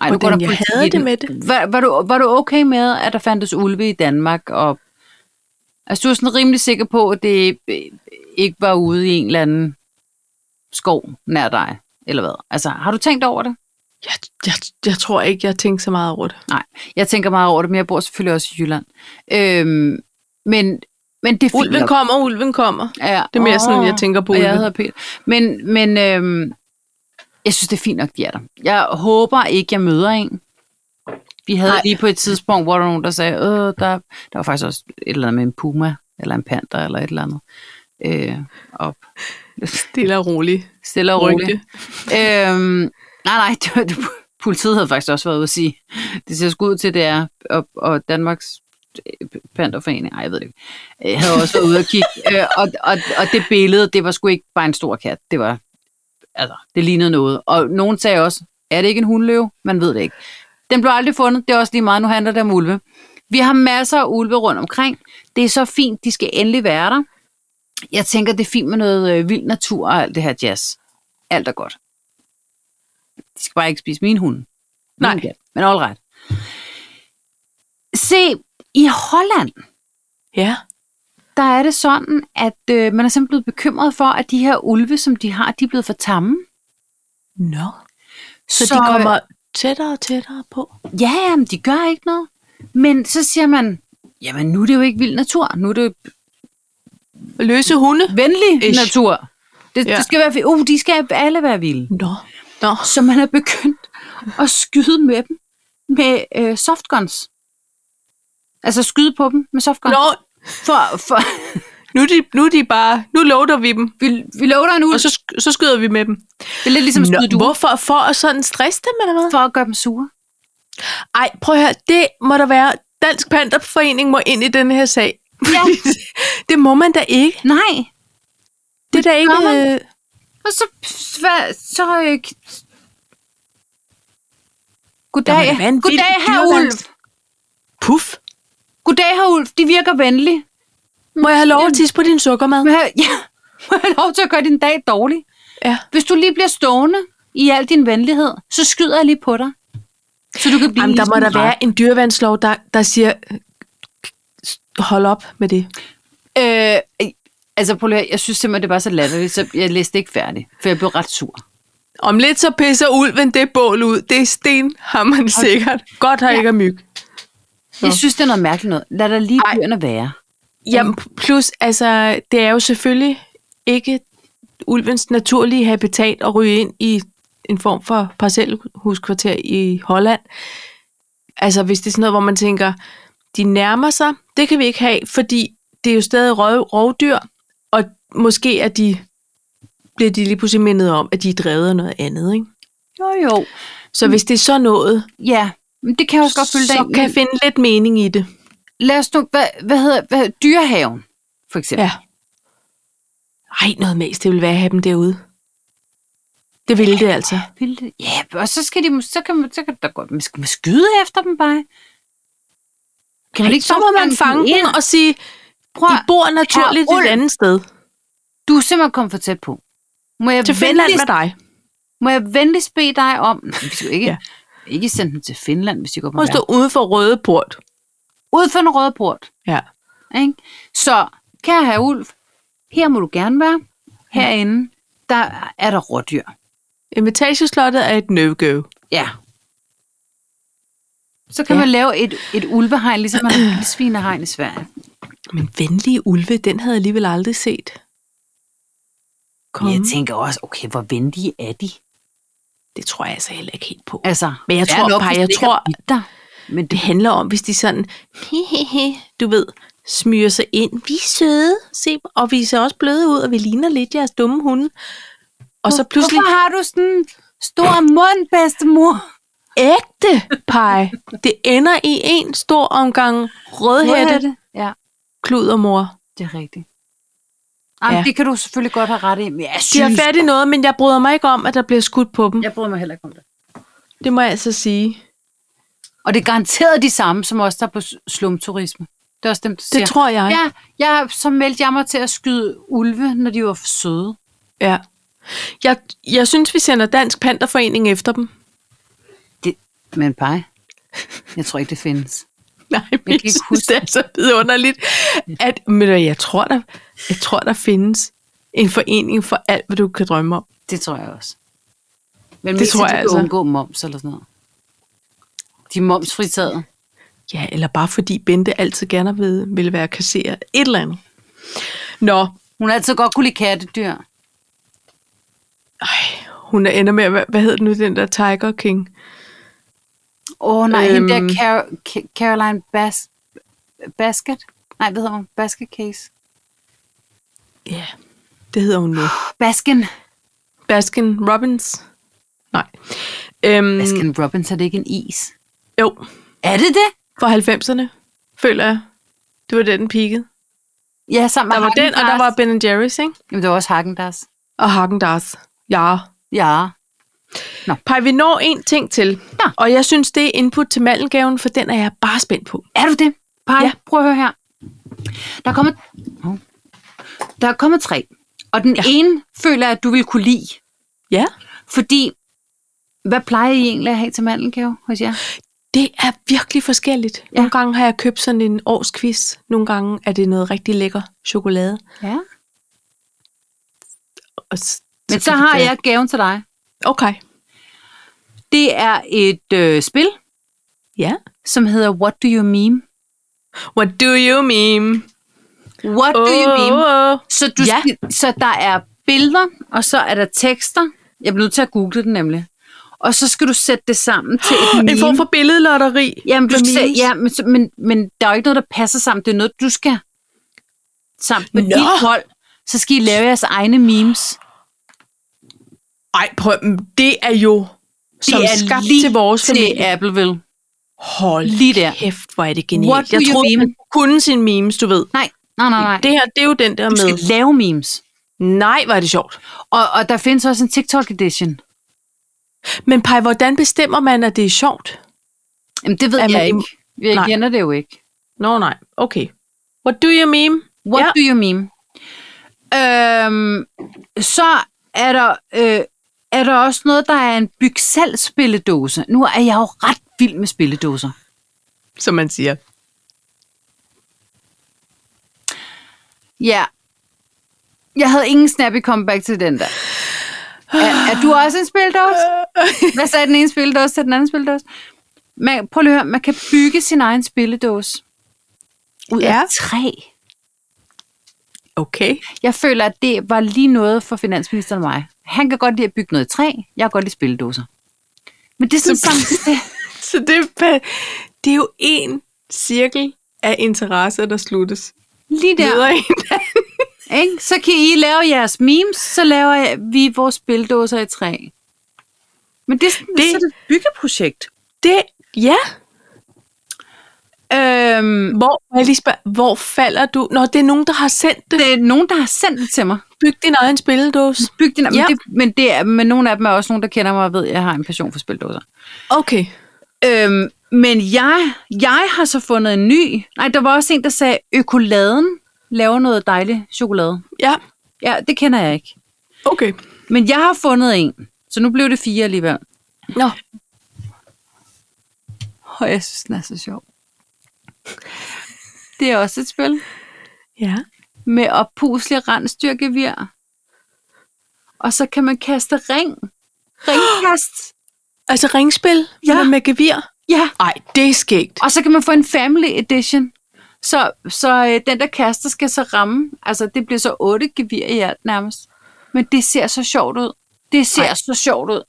Speaker 2: Ej,
Speaker 1: Hvordan jeg
Speaker 2: politik
Speaker 1: havde
Speaker 2: i den.
Speaker 1: det med det?
Speaker 2: Var, var, du, var du okay med, at der fandtes ulve i Danmark? Og, altså, du er sådan rimelig sikker på, at det øh, ikke var ude i en eller anden skov nær dig, eller hvad? Altså, har du tænkt over det?
Speaker 1: Jeg, jeg, jeg tror ikke, jeg tænkte så meget over det.
Speaker 2: Nej, jeg tænker meget over det, men jeg bor selvfølgelig også i Jylland. Øhm, men, men det er fint
Speaker 1: Ulven
Speaker 2: nok.
Speaker 1: kommer, ulven kommer.
Speaker 2: Ja.
Speaker 1: Det er mere sådan, jeg tænker på
Speaker 2: og Jeg
Speaker 1: ulven.
Speaker 2: hedder Peter. Men, men øhm, jeg synes, det er fint nok, de er der. Jeg håber ikke, jeg møder en. Vi havde
Speaker 1: Nej.
Speaker 2: Nej. lige på et tidspunkt, hvor der var nogen, der sagde, øh, der, der var faktisk også et eller andet med en puma, eller en panter, eller et eller andet. Øh, op.
Speaker 1: (laughs) Stille og roligt.
Speaker 2: Stille og roligt.
Speaker 1: Roligt.
Speaker 2: øhm, nej, nej, det, var- (laughs) det, politiet havde faktisk også været ude at sige, det ser sgu ud til, det er, og, og Danmarks øh, panterforening, nej, jeg ved det ikke, øh, havde også været ude at kigge, øh, og, og, og det billede, det var sgu ikke bare en stor kat, det var, altså, det lignede noget. Og nogen sagde også, er det ikke en hundløve? Man ved det ikke. Den blev aldrig fundet, det er også lige meget, nu handler det om ulve. Vi har masser af ulve rundt omkring, det er så fint, de skal endelig være der. Jeg tænker, det er fint med noget øh, vild natur og alt det her jazz. Alt er godt. De skal bare ikke spise min hund. Min
Speaker 1: Nej.
Speaker 2: kat. Men all right. Se, i Holland,
Speaker 1: Ja.
Speaker 2: der er det sådan, at øh, man er simpelthen blevet bekymret for, at de her ulve, som de har, de er blevet for tamme.
Speaker 1: Nå. Så, øh, så de kommer tættere og tættere på.
Speaker 2: Ja, jamen, de gør ikke noget. Men så siger man, jamen nu er det jo ikke vild natur, nu er det
Speaker 1: Løse hunde.
Speaker 2: venlig
Speaker 1: Ish.
Speaker 2: Ish. natur. Det,
Speaker 1: Ja.
Speaker 2: ja. det skal være, uh, de skal alle være vilde.
Speaker 1: Nå. Nå.
Speaker 2: Så man er begyndt at skyde med dem med øh, softguns. Altså skyde på dem med softguns.
Speaker 1: Nå.
Speaker 2: For, for,
Speaker 1: (laughs) Nu er, de, nu er de bare... Nu loader vi dem.
Speaker 2: vi, vi lover en
Speaker 1: Og
Speaker 2: ulv.
Speaker 1: så, sk- så skyder vi med dem.
Speaker 2: Det er lidt ligesom at skyde
Speaker 1: Nå,
Speaker 2: du
Speaker 1: hvorfor? For at sådan stresse dem, eller hvad?
Speaker 2: for at gøre dem sure.
Speaker 1: Ej, prøv at høre. Det må der være. Dansk Panterforening må ind i den her sag.
Speaker 2: Ja.
Speaker 1: (laughs) det må man da ikke.
Speaker 2: Nej.
Speaker 1: Det er da ikke...
Speaker 2: gør man.
Speaker 1: øh,
Speaker 2: Og så, så, så øh,
Speaker 1: Der må da
Speaker 2: Goddag,
Speaker 1: være en vild
Speaker 2: goddag herr Ulf.
Speaker 1: dyreangst. Puff.
Speaker 2: Goddag herr Ulf, de virker venlige.
Speaker 1: Må jeg have lov at tisse på din sukkermad?
Speaker 2: Må jeg- Ja, må jeg have lov til at gøre din dag dårlig?
Speaker 1: Ja.
Speaker 2: Hvis du lige bliver stående i al din venlighed, så skyder jeg lige på dig. Så du kan blive
Speaker 1: Jamen, der må
Speaker 2: ligesom
Speaker 1: der
Speaker 2: en rat.
Speaker 1: være en dyrevandslov, der, der siger, øh, hold op med det.
Speaker 2: Øh, altså, prøv lige, at høre, jeg synes simpelthen, det var så latterligt, så jeg læste ikke færdig, for jeg blev ret sur.
Speaker 1: Om lidt så pisser ulven det bål ud. Det er sten, har man sikkert. Godt har
Speaker 2: Ja.
Speaker 1: ja. ikke er myg.
Speaker 2: Nå. Jeg synes, det er noget mærkeligt noget. Lad der lige
Speaker 1: Ej.
Speaker 2: dyrene være.
Speaker 1: Jamen, plus, altså, det er jo selvfølgelig ikke ulvens naturlige habitat at ryge ind i en form for parcelhuskvarter i Holland. Altså, hvis det er sådan noget, hvor man tænker, de nærmer sig, det kan vi ikke have, fordi det er jo stadig røv, rovdyr, og måske er de, bliver de lige pludselig mindet om, at de er drevet af noget andet. Ikke?
Speaker 2: Jo, jo.
Speaker 1: Så hvis det er så noget,
Speaker 2: Ja, men det kan Mm. jeg også godt følge dig
Speaker 1: så
Speaker 2: ind.
Speaker 1: kan jeg finde lidt mening i det.
Speaker 2: Lad os nu, hvad, hvad hedder hvad, dyrehaven, for eksempel.
Speaker 1: Ja. Ej, noget mest, det ville være at have dem derude. Det ville det altså.
Speaker 2: Vilde- Ja, og så, skal de, så kan man, så kan der godt, man skal man skyde efter dem bare. Kan man
Speaker 1: Ej,
Speaker 2: ikke
Speaker 1: så må man fange
Speaker 2: dem
Speaker 1: dem
Speaker 2: ind?
Speaker 1: og sige,
Speaker 2: Prøv,
Speaker 1: I
Speaker 2: at-
Speaker 1: bor naturligt
Speaker 2: Herre
Speaker 1: et
Speaker 2: Ulv,
Speaker 1: andet sted.
Speaker 2: du er simpelthen kommet for tæt på. Må jeg,
Speaker 1: Til Finland
Speaker 2: venligst,
Speaker 1: med dig.
Speaker 2: må jeg venligst bede dig om... Nej, Vi skal jo ikke, ja.
Speaker 1: Ja.
Speaker 2: ikke sende dem til Finland, hvis de går på
Speaker 1: Må
Speaker 2: verden.
Speaker 1: stå ude for røde port.
Speaker 2: Ud for den røde port.
Speaker 1: Ja.
Speaker 2: Ikke? Så, kære herre Ulf, her må du gerne være. Herinde, der er der rådyr.
Speaker 1: Invitationslottet er et no-go.
Speaker 2: Ja. Så kan ja.
Speaker 1: Ja.
Speaker 2: man lave et, et ulvehegn, ligesom man har et svinehegn i Sverige.
Speaker 1: Men venlige ulve, den havde jeg alligevel aldrig set. Kom.
Speaker 2: Men jeg tænker også, okay, hvor venlige er de?
Speaker 1: Det tror jeg altså heller ikke helt på.
Speaker 2: Altså,
Speaker 1: Men jeg
Speaker 2: fair
Speaker 1: tror,
Speaker 2: nok,
Speaker 1: Paj,
Speaker 2: hvis
Speaker 1: jeg
Speaker 2: det ikke
Speaker 1: tror-
Speaker 2: er bitter, men
Speaker 1: Det
Speaker 2: det,
Speaker 1: handler om, hvis de sådan, du ved, smyger sig ind. Vi er søde, se, og vi ser også bløde ud, og vi ligner lidt jeres dumme hunde. Og så pludselig
Speaker 2: Hvorfor har du sådan en stor mund, bedstemor?
Speaker 1: ægte pej. Det ender i en stor omgang rødhætte,
Speaker 2: Ja,
Speaker 1: kludermor.
Speaker 2: det er rigtigt. Ej, ja.
Speaker 1: Ja.
Speaker 2: det kan du selvfølgelig godt have ret i, men jeg
Speaker 1: De har
Speaker 2: synes...
Speaker 1: fat i noget, men jeg bryder mig ikke om, at der bliver skudt på dem.
Speaker 2: Jeg bryder mig heller ikke om det.
Speaker 1: Det må jeg altså sige.
Speaker 2: Og det er garanteret de samme, som os, der er på s- slumturisme. Det er også dem, der
Speaker 1: Det
Speaker 2: siger,
Speaker 1: tror jeg.
Speaker 2: ja, jeg, så meldte jeg mig til at skyde ulve, når de var for søde.
Speaker 1: Ja. Jeg, jeg synes, vi sender Dansk Panterforening efter dem. (laughs)
Speaker 2: Det, men pej, jeg tror ikke, det findes.
Speaker 1: Nej, men jeg
Speaker 2: ikke
Speaker 1: synes,
Speaker 2: huske
Speaker 1: det er så vidunderligt. At, men jeg tror, der, jeg tror, der findes en forening for alt, hvad du kan drømme om.
Speaker 2: Det tror jeg også. Men
Speaker 1: Det
Speaker 2: mest,
Speaker 1: tror
Speaker 2: at de
Speaker 1: jeg
Speaker 2: kan
Speaker 1: altså.
Speaker 2: undgå moms eller sådan noget. De er momsfritaget.
Speaker 1: Ja, eller bare fordi Bente altid gerne vil, vil være kasserer. Et eller andet. Nå,
Speaker 2: Hun har altid godt kunne lide kattedyr.
Speaker 1: hun er ender med, at være- hvad hedder den nu, den der Tiger King?
Speaker 2: Åh oh, nej, øhm. hende der
Speaker 1: Øhm.
Speaker 2: Car- Ca- Caroline Bas- Basket. Nej, hvad hedder hun? Basket Case.
Speaker 1: Ja, det hedder hun nu.
Speaker 2: Baskin.
Speaker 1: Baskin Robbins? Nej. Øhm,
Speaker 2: Baskin Robbins, er det ikke en is?
Speaker 1: Jo,
Speaker 2: Er det det?
Speaker 1: for 90'erne, føler jeg. Det var den, den peakede.
Speaker 2: Ja, sammen med
Speaker 1: Der var den, og der var Ben Jerry's, ikke?
Speaker 2: Jamen, det var også Hagendas.
Speaker 1: Og Hagen Dazs. Ja.
Speaker 2: Ja.
Speaker 1: Pej, vi når en ting til.
Speaker 2: Ja.
Speaker 1: Og jeg synes, det er input til mandelgaven, for den er jeg bare spændt på.
Speaker 2: Er du det? Pej, ja.
Speaker 1: Ja.
Speaker 2: prøv at høre her. Der er kommet, Nå. der er kommet tre. Og den ja.
Speaker 1: Ja.
Speaker 2: ene føler jeg, at du vil kunne lide.
Speaker 1: Ja.
Speaker 2: Fordi, hvad plejer I egentlig at have til mandelgave hos jer?
Speaker 1: Det er virkelig forskelligt.
Speaker 2: Ja.
Speaker 1: Nogle gange har jeg købt sådan en årsquiz. Nogle gange er det noget rigtig lækker chokolade.
Speaker 2: Ja.
Speaker 1: Og s-
Speaker 2: Men så har jeg gaven til dig.
Speaker 1: Okay.
Speaker 2: Det er et øh, spil,
Speaker 1: Ja.
Speaker 2: som hedder What Do You Meme?
Speaker 1: What do you meme?
Speaker 2: What oh. Do You Meme?
Speaker 1: oh, oh.
Speaker 2: Så, du
Speaker 1: Ja.
Speaker 2: skal, så der er billeder, og så er der tekster. Jeg bliver nødt til at google det nemlig. Og så skal du sætte det sammen til et meme.
Speaker 1: (gasps) En form for billedlotteri.
Speaker 2: Jamen, du
Speaker 1: Med
Speaker 2: skal,
Speaker 1: memes.
Speaker 2: ja, men, så- men, men der er jo ikke noget, der passer sammen. Det er noget, du skal sammen med
Speaker 1: Nå.
Speaker 2: dit hold. Så skal I lave jeres egne memes.
Speaker 1: Ej, prøv, men det er jo som
Speaker 2: det er
Speaker 1: skabt
Speaker 2: lige
Speaker 1: til vores familie.
Speaker 2: Til Appleville.
Speaker 1: Hold
Speaker 2: lige der.
Speaker 1: kæft, hvor er det genialt.
Speaker 2: What do
Speaker 1: jeg
Speaker 2: you
Speaker 1: troede,
Speaker 2: meme?
Speaker 1: man kunne sine memes, du ved.
Speaker 2: Nej, nej, nej, nej.
Speaker 1: Det her, det er jo den der
Speaker 2: du
Speaker 1: med.
Speaker 2: skal lave memes.
Speaker 1: Nej, hvor er det sjovt.
Speaker 2: Og, og der findes også en TikTok edition.
Speaker 1: Men Paj, hvordan bestemmer man, at det er sjovt?
Speaker 2: Jamen, det ved
Speaker 1: Er
Speaker 2: jeg
Speaker 1: man
Speaker 2: ikke. Jeg
Speaker 1: Nej.
Speaker 2: kender det jo ikke.
Speaker 1: Nå nej, okay. What do you mean?
Speaker 2: What
Speaker 1: Ja.
Speaker 2: yeah. do you mean? Øhm, så er der, øh, er der også noget, der er en byg selv spilledåse. Nu er jeg jo ret vild med spilledåser.
Speaker 1: Som man (laughs) siger.
Speaker 2: Ja. Jeg havde ingen snappy comeback til den der. Er, er du også en spilledåse?
Speaker 1: Øh.
Speaker 2: Hvad sagde den ene spilledåse til den anden spilledåse? Man, prøv lige at høre, man kan bygge sin egen spilledåse. Ud ja.
Speaker 1: Ja.
Speaker 2: af træ.
Speaker 1: Okay.
Speaker 2: Jeg føler, at det var lige noget for finansministeren og mig. Han kan godt lide at bygge noget i træ. Jeg kan godt lide spilledåser. Men det er sådan
Speaker 1: Så-
Speaker 2: samme...
Speaker 1: Så det, er pa- det er jo en cirkel af interesser, der sluttes.
Speaker 2: Lige der.
Speaker 1: Videre ind.
Speaker 2: Ikke? Så kan I lave jeres memes, så laver jeg- vi vores spildåser i træ. Men det, er sådan-
Speaker 1: Det-
Speaker 2: så er det et byggeprojekt.
Speaker 1: Det, ja.
Speaker 2: Øhm,
Speaker 1: Hvor, må jeg lige spørge, hvor falder du? Nå, det er nogen, der har sendt det.
Speaker 2: det er nogen, der har sendt det til mig.
Speaker 1: Byg din egen spilledåse.
Speaker 2: Byg din, ja. men,
Speaker 1: Ja.
Speaker 2: det, men, det er, men nogle af dem er også nogen, der kender mig og ved, at jeg har en passion for spildåser.
Speaker 1: Okay.
Speaker 2: Øhm, men jeg, jeg har så fundet en ny. Nej, der var også en, der sagde, økoladen laver noget dejligt chokolade.
Speaker 1: Ja,
Speaker 2: Ja, det kender jeg ikke.
Speaker 1: okay.
Speaker 2: Men jeg har fundet en, så nu blev det fire alligevel.
Speaker 1: Nå.
Speaker 2: Og jeg synes, den er så sjov. Det er også et spil
Speaker 1: Ja.
Speaker 2: med oppuslige rensdyrgevir. Og så kan man kaste ring. Ringkast.
Speaker 1: Altså ringspil?
Speaker 2: Ja.
Speaker 1: Eller med gevir?
Speaker 2: Ja,
Speaker 1: Ej, det er skægt.
Speaker 2: og så kan man få en family edition. Så, så øh, den, der kaster, skal så ramme. Altså, det bliver så otte gevir i alt nærmest. Men det ser så sjovt ud. Det ser Ej.
Speaker 1: Ej.
Speaker 2: så sjovt ud.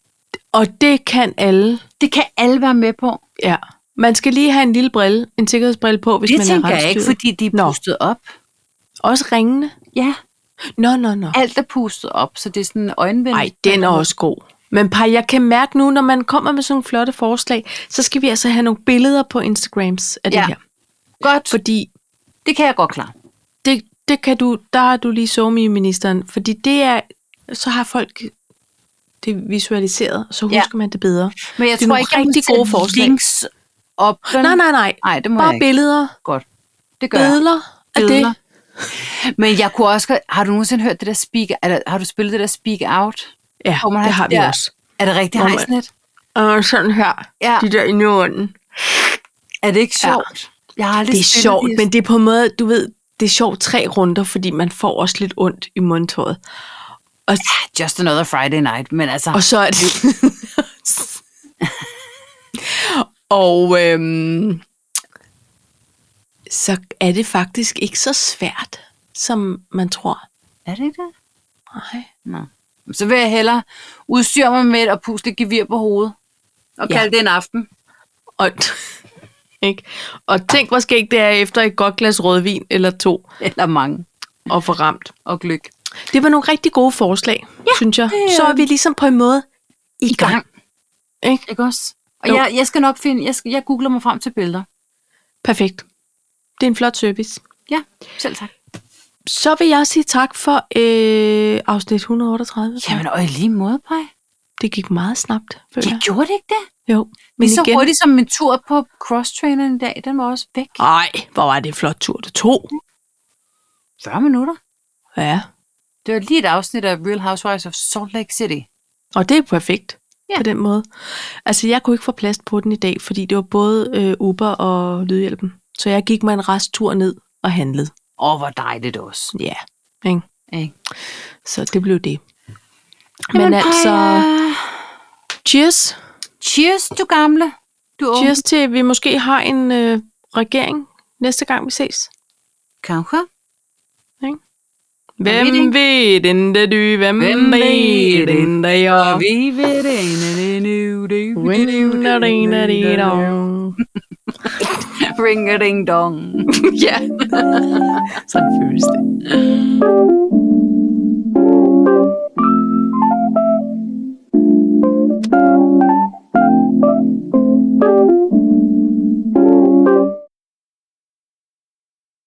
Speaker 1: Og det kan alle.
Speaker 2: Det kan alle være med på.
Speaker 1: Ja. Man skal lige have en lille brille, en sikkerhedsbrille på, hvis
Speaker 2: det
Speaker 1: man er
Speaker 2: tænker jeg ikke,
Speaker 1: rensdyret.
Speaker 2: fordi de er
Speaker 1: Nå.
Speaker 2: pustet op.
Speaker 1: Også ringende.
Speaker 2: Ja,
Speaker 1: Nå, nå, nå.
Speaker 2: alt er pustet op, så det er sådan øjenvendt.
Speaker 1: Nej, den er også god. Men par, jeg kan mærke nu, når man kommer med sådan nogle flotte forslag, så skal vi altså have nogle billeder på Instagrams af
Speaker 2: Ja.
Speaker 1: det her.
Speaker 2: Godt, for
Speaker 1: Fordi
Speaker 2: det kan jeg godt klare.
Speaker 1: det, det kan du, der er du lige så i ministeren. Fordi det er, så har folk det visualiseret, så
Speaker 2: Ja.
Speaker 1: husker ja. man det bedre.
Speaker 2: Men jeg
Speaker 1: Det er
Speaker 2: tror
Speaker 1: nogle
Speaker 2: ikke, jeg
Speaker 1: rigtig
Speaker 2: må
Speaker 1: gode
Speaker 2: sætte
Speaker 1: forslag.
Speaker 2: links op.
Speaker 1: Nej, nej, nej.
Speaker 2: Nej, det må jeg
Speaker 1: Bare
Speaker 2: ikke.
Speaker 1: billeder.
Speaker 2: Godt. Det gør jeg.
Speaker 1: Billeder af
Speaker 2: Billeder.
Speaker 1: det.
Speaker 2: Men jeg kunne også godt- Har du nogensinde hørt det der speak... Eller, har du spillet det der speak out?
Speaker 1: Ja,
Speaker 2: Hvor man
Speaker 1: det
Speaker 2: har
Speaker 1: har
Speaker 2: de
Speaker 1: vi
Speaker 2: der-
Speaker 1: også.
Speaker 2: Er det rigtig
Speaker 1: Hvor man-
Speaker 2: hejsnet?
Speaker 1: Og sådan her.
Speaker 2: Ja.
Speaker 1: De der inde i ånden.
Speaker 2: Er det ikke sjovt? Ja. Jeg har aldrig
Speaker 1: Det er
Speaker 2: spillet
Speaker 1: sjovt, men det er på en måde, du ved, det er sjovt tre runder, fordi man får også lidt ondt i mundtøjet. Og,
Speaker 2: Ah, Just another Friday night, men altså...
Speaker 1: og så er det... og øhm, så er det faktisk ikke så svært, som man tror.
Speaker 2: Er det ikke det?
Speaker 1: Nej.
Speaker 2: Nå. Så vil jeg hellere udstyre mig med et og pusle gevir på hovedet. Og
Speaker 1: Ja.
Speaker 2: ja. kalde det en aften. (laughs)
Speaker 1: Og, (laughs) ikke? og tænk, hvor skægt det er efter et godt glas rødvin eller to
Speaker 2: Eller mange.
Speaker 1: og få ramt.
Speaker 2: Og gløk.
Speaker 1: Det var nogle rigtig gode forslag, ja, synes jeg.
Speaker 2: det er-
Speaker 1: Så er vi ligesom på en måde i,
Speaker 2: I gang.
Speaker 1: Ikke?
Speaker 2: Ikke også? Og
Speaker 1: Jo.
Speaker 2: jeg, jeg skal nok finde... Jeg, skal, jeg googler mig frem til billeder.
Speaker 1: Perfekt. Det er en flot service.
Speaker 2: Ja, selv tak.
Speaker 1: Så vil jeg sige tak for øh, afsnit 138.
Speaker 2: Jamen, og i lige måde, Paj.
Speaker 1: Det gik meget snabt, føler
Speaker 2: Jeg
Speaker 1: jeg.
Speaker 2: gjorde det ikke det.
Speaker 1: Jo,
Speaker 2: Men
Speaker 1: men
Speaker 2: så
Speaker 1: igen...
Speaker 2: hurtigt som min tur på crosstraineren i dag, den var også væk.
Speaker 1: Ej, hvor var det en flot tur, det tog.
Speaker 2: 40 minutter.
Speaker 1: Ja,
Speaker 2: Det var lige et afsnit af Real Housewives of Salt Lake City.
Speaker 1: og det er perfekt
Speaker 2: Ja.
Speaker 1: ja. på den måde. Altså, jeg kunne ikke få plads på den i dag, fordi det var både øh, Uber og Lydhjælpen. Så jeg gik mig en resttur ned og handlede.
Speaker 2: Åh, hvor dejligt også.
Speaker 1: Ja, ikke?
Speaker 2: Ikke?
Speaker 1: så det blev det. Men altså, cheers.
Speaker 2: Cheers, du gamle. Du unge.
Speaker 1: Cheers til, at vi måske har en øh, regering næste gang, vi ses.
Speaker 2: Kanskje. Hvem
Speaker 1: Hvem ved ikke du, hvem,
Speaker 2: Hvem ved
Speaker 1: ved ikke jeg?
Speaker 2: vi ved det ene, det er nu, det er nu, det er nu, det er nu, det er nu. Ring a ding dong.
Speaker 1: Ja, sådan føles det.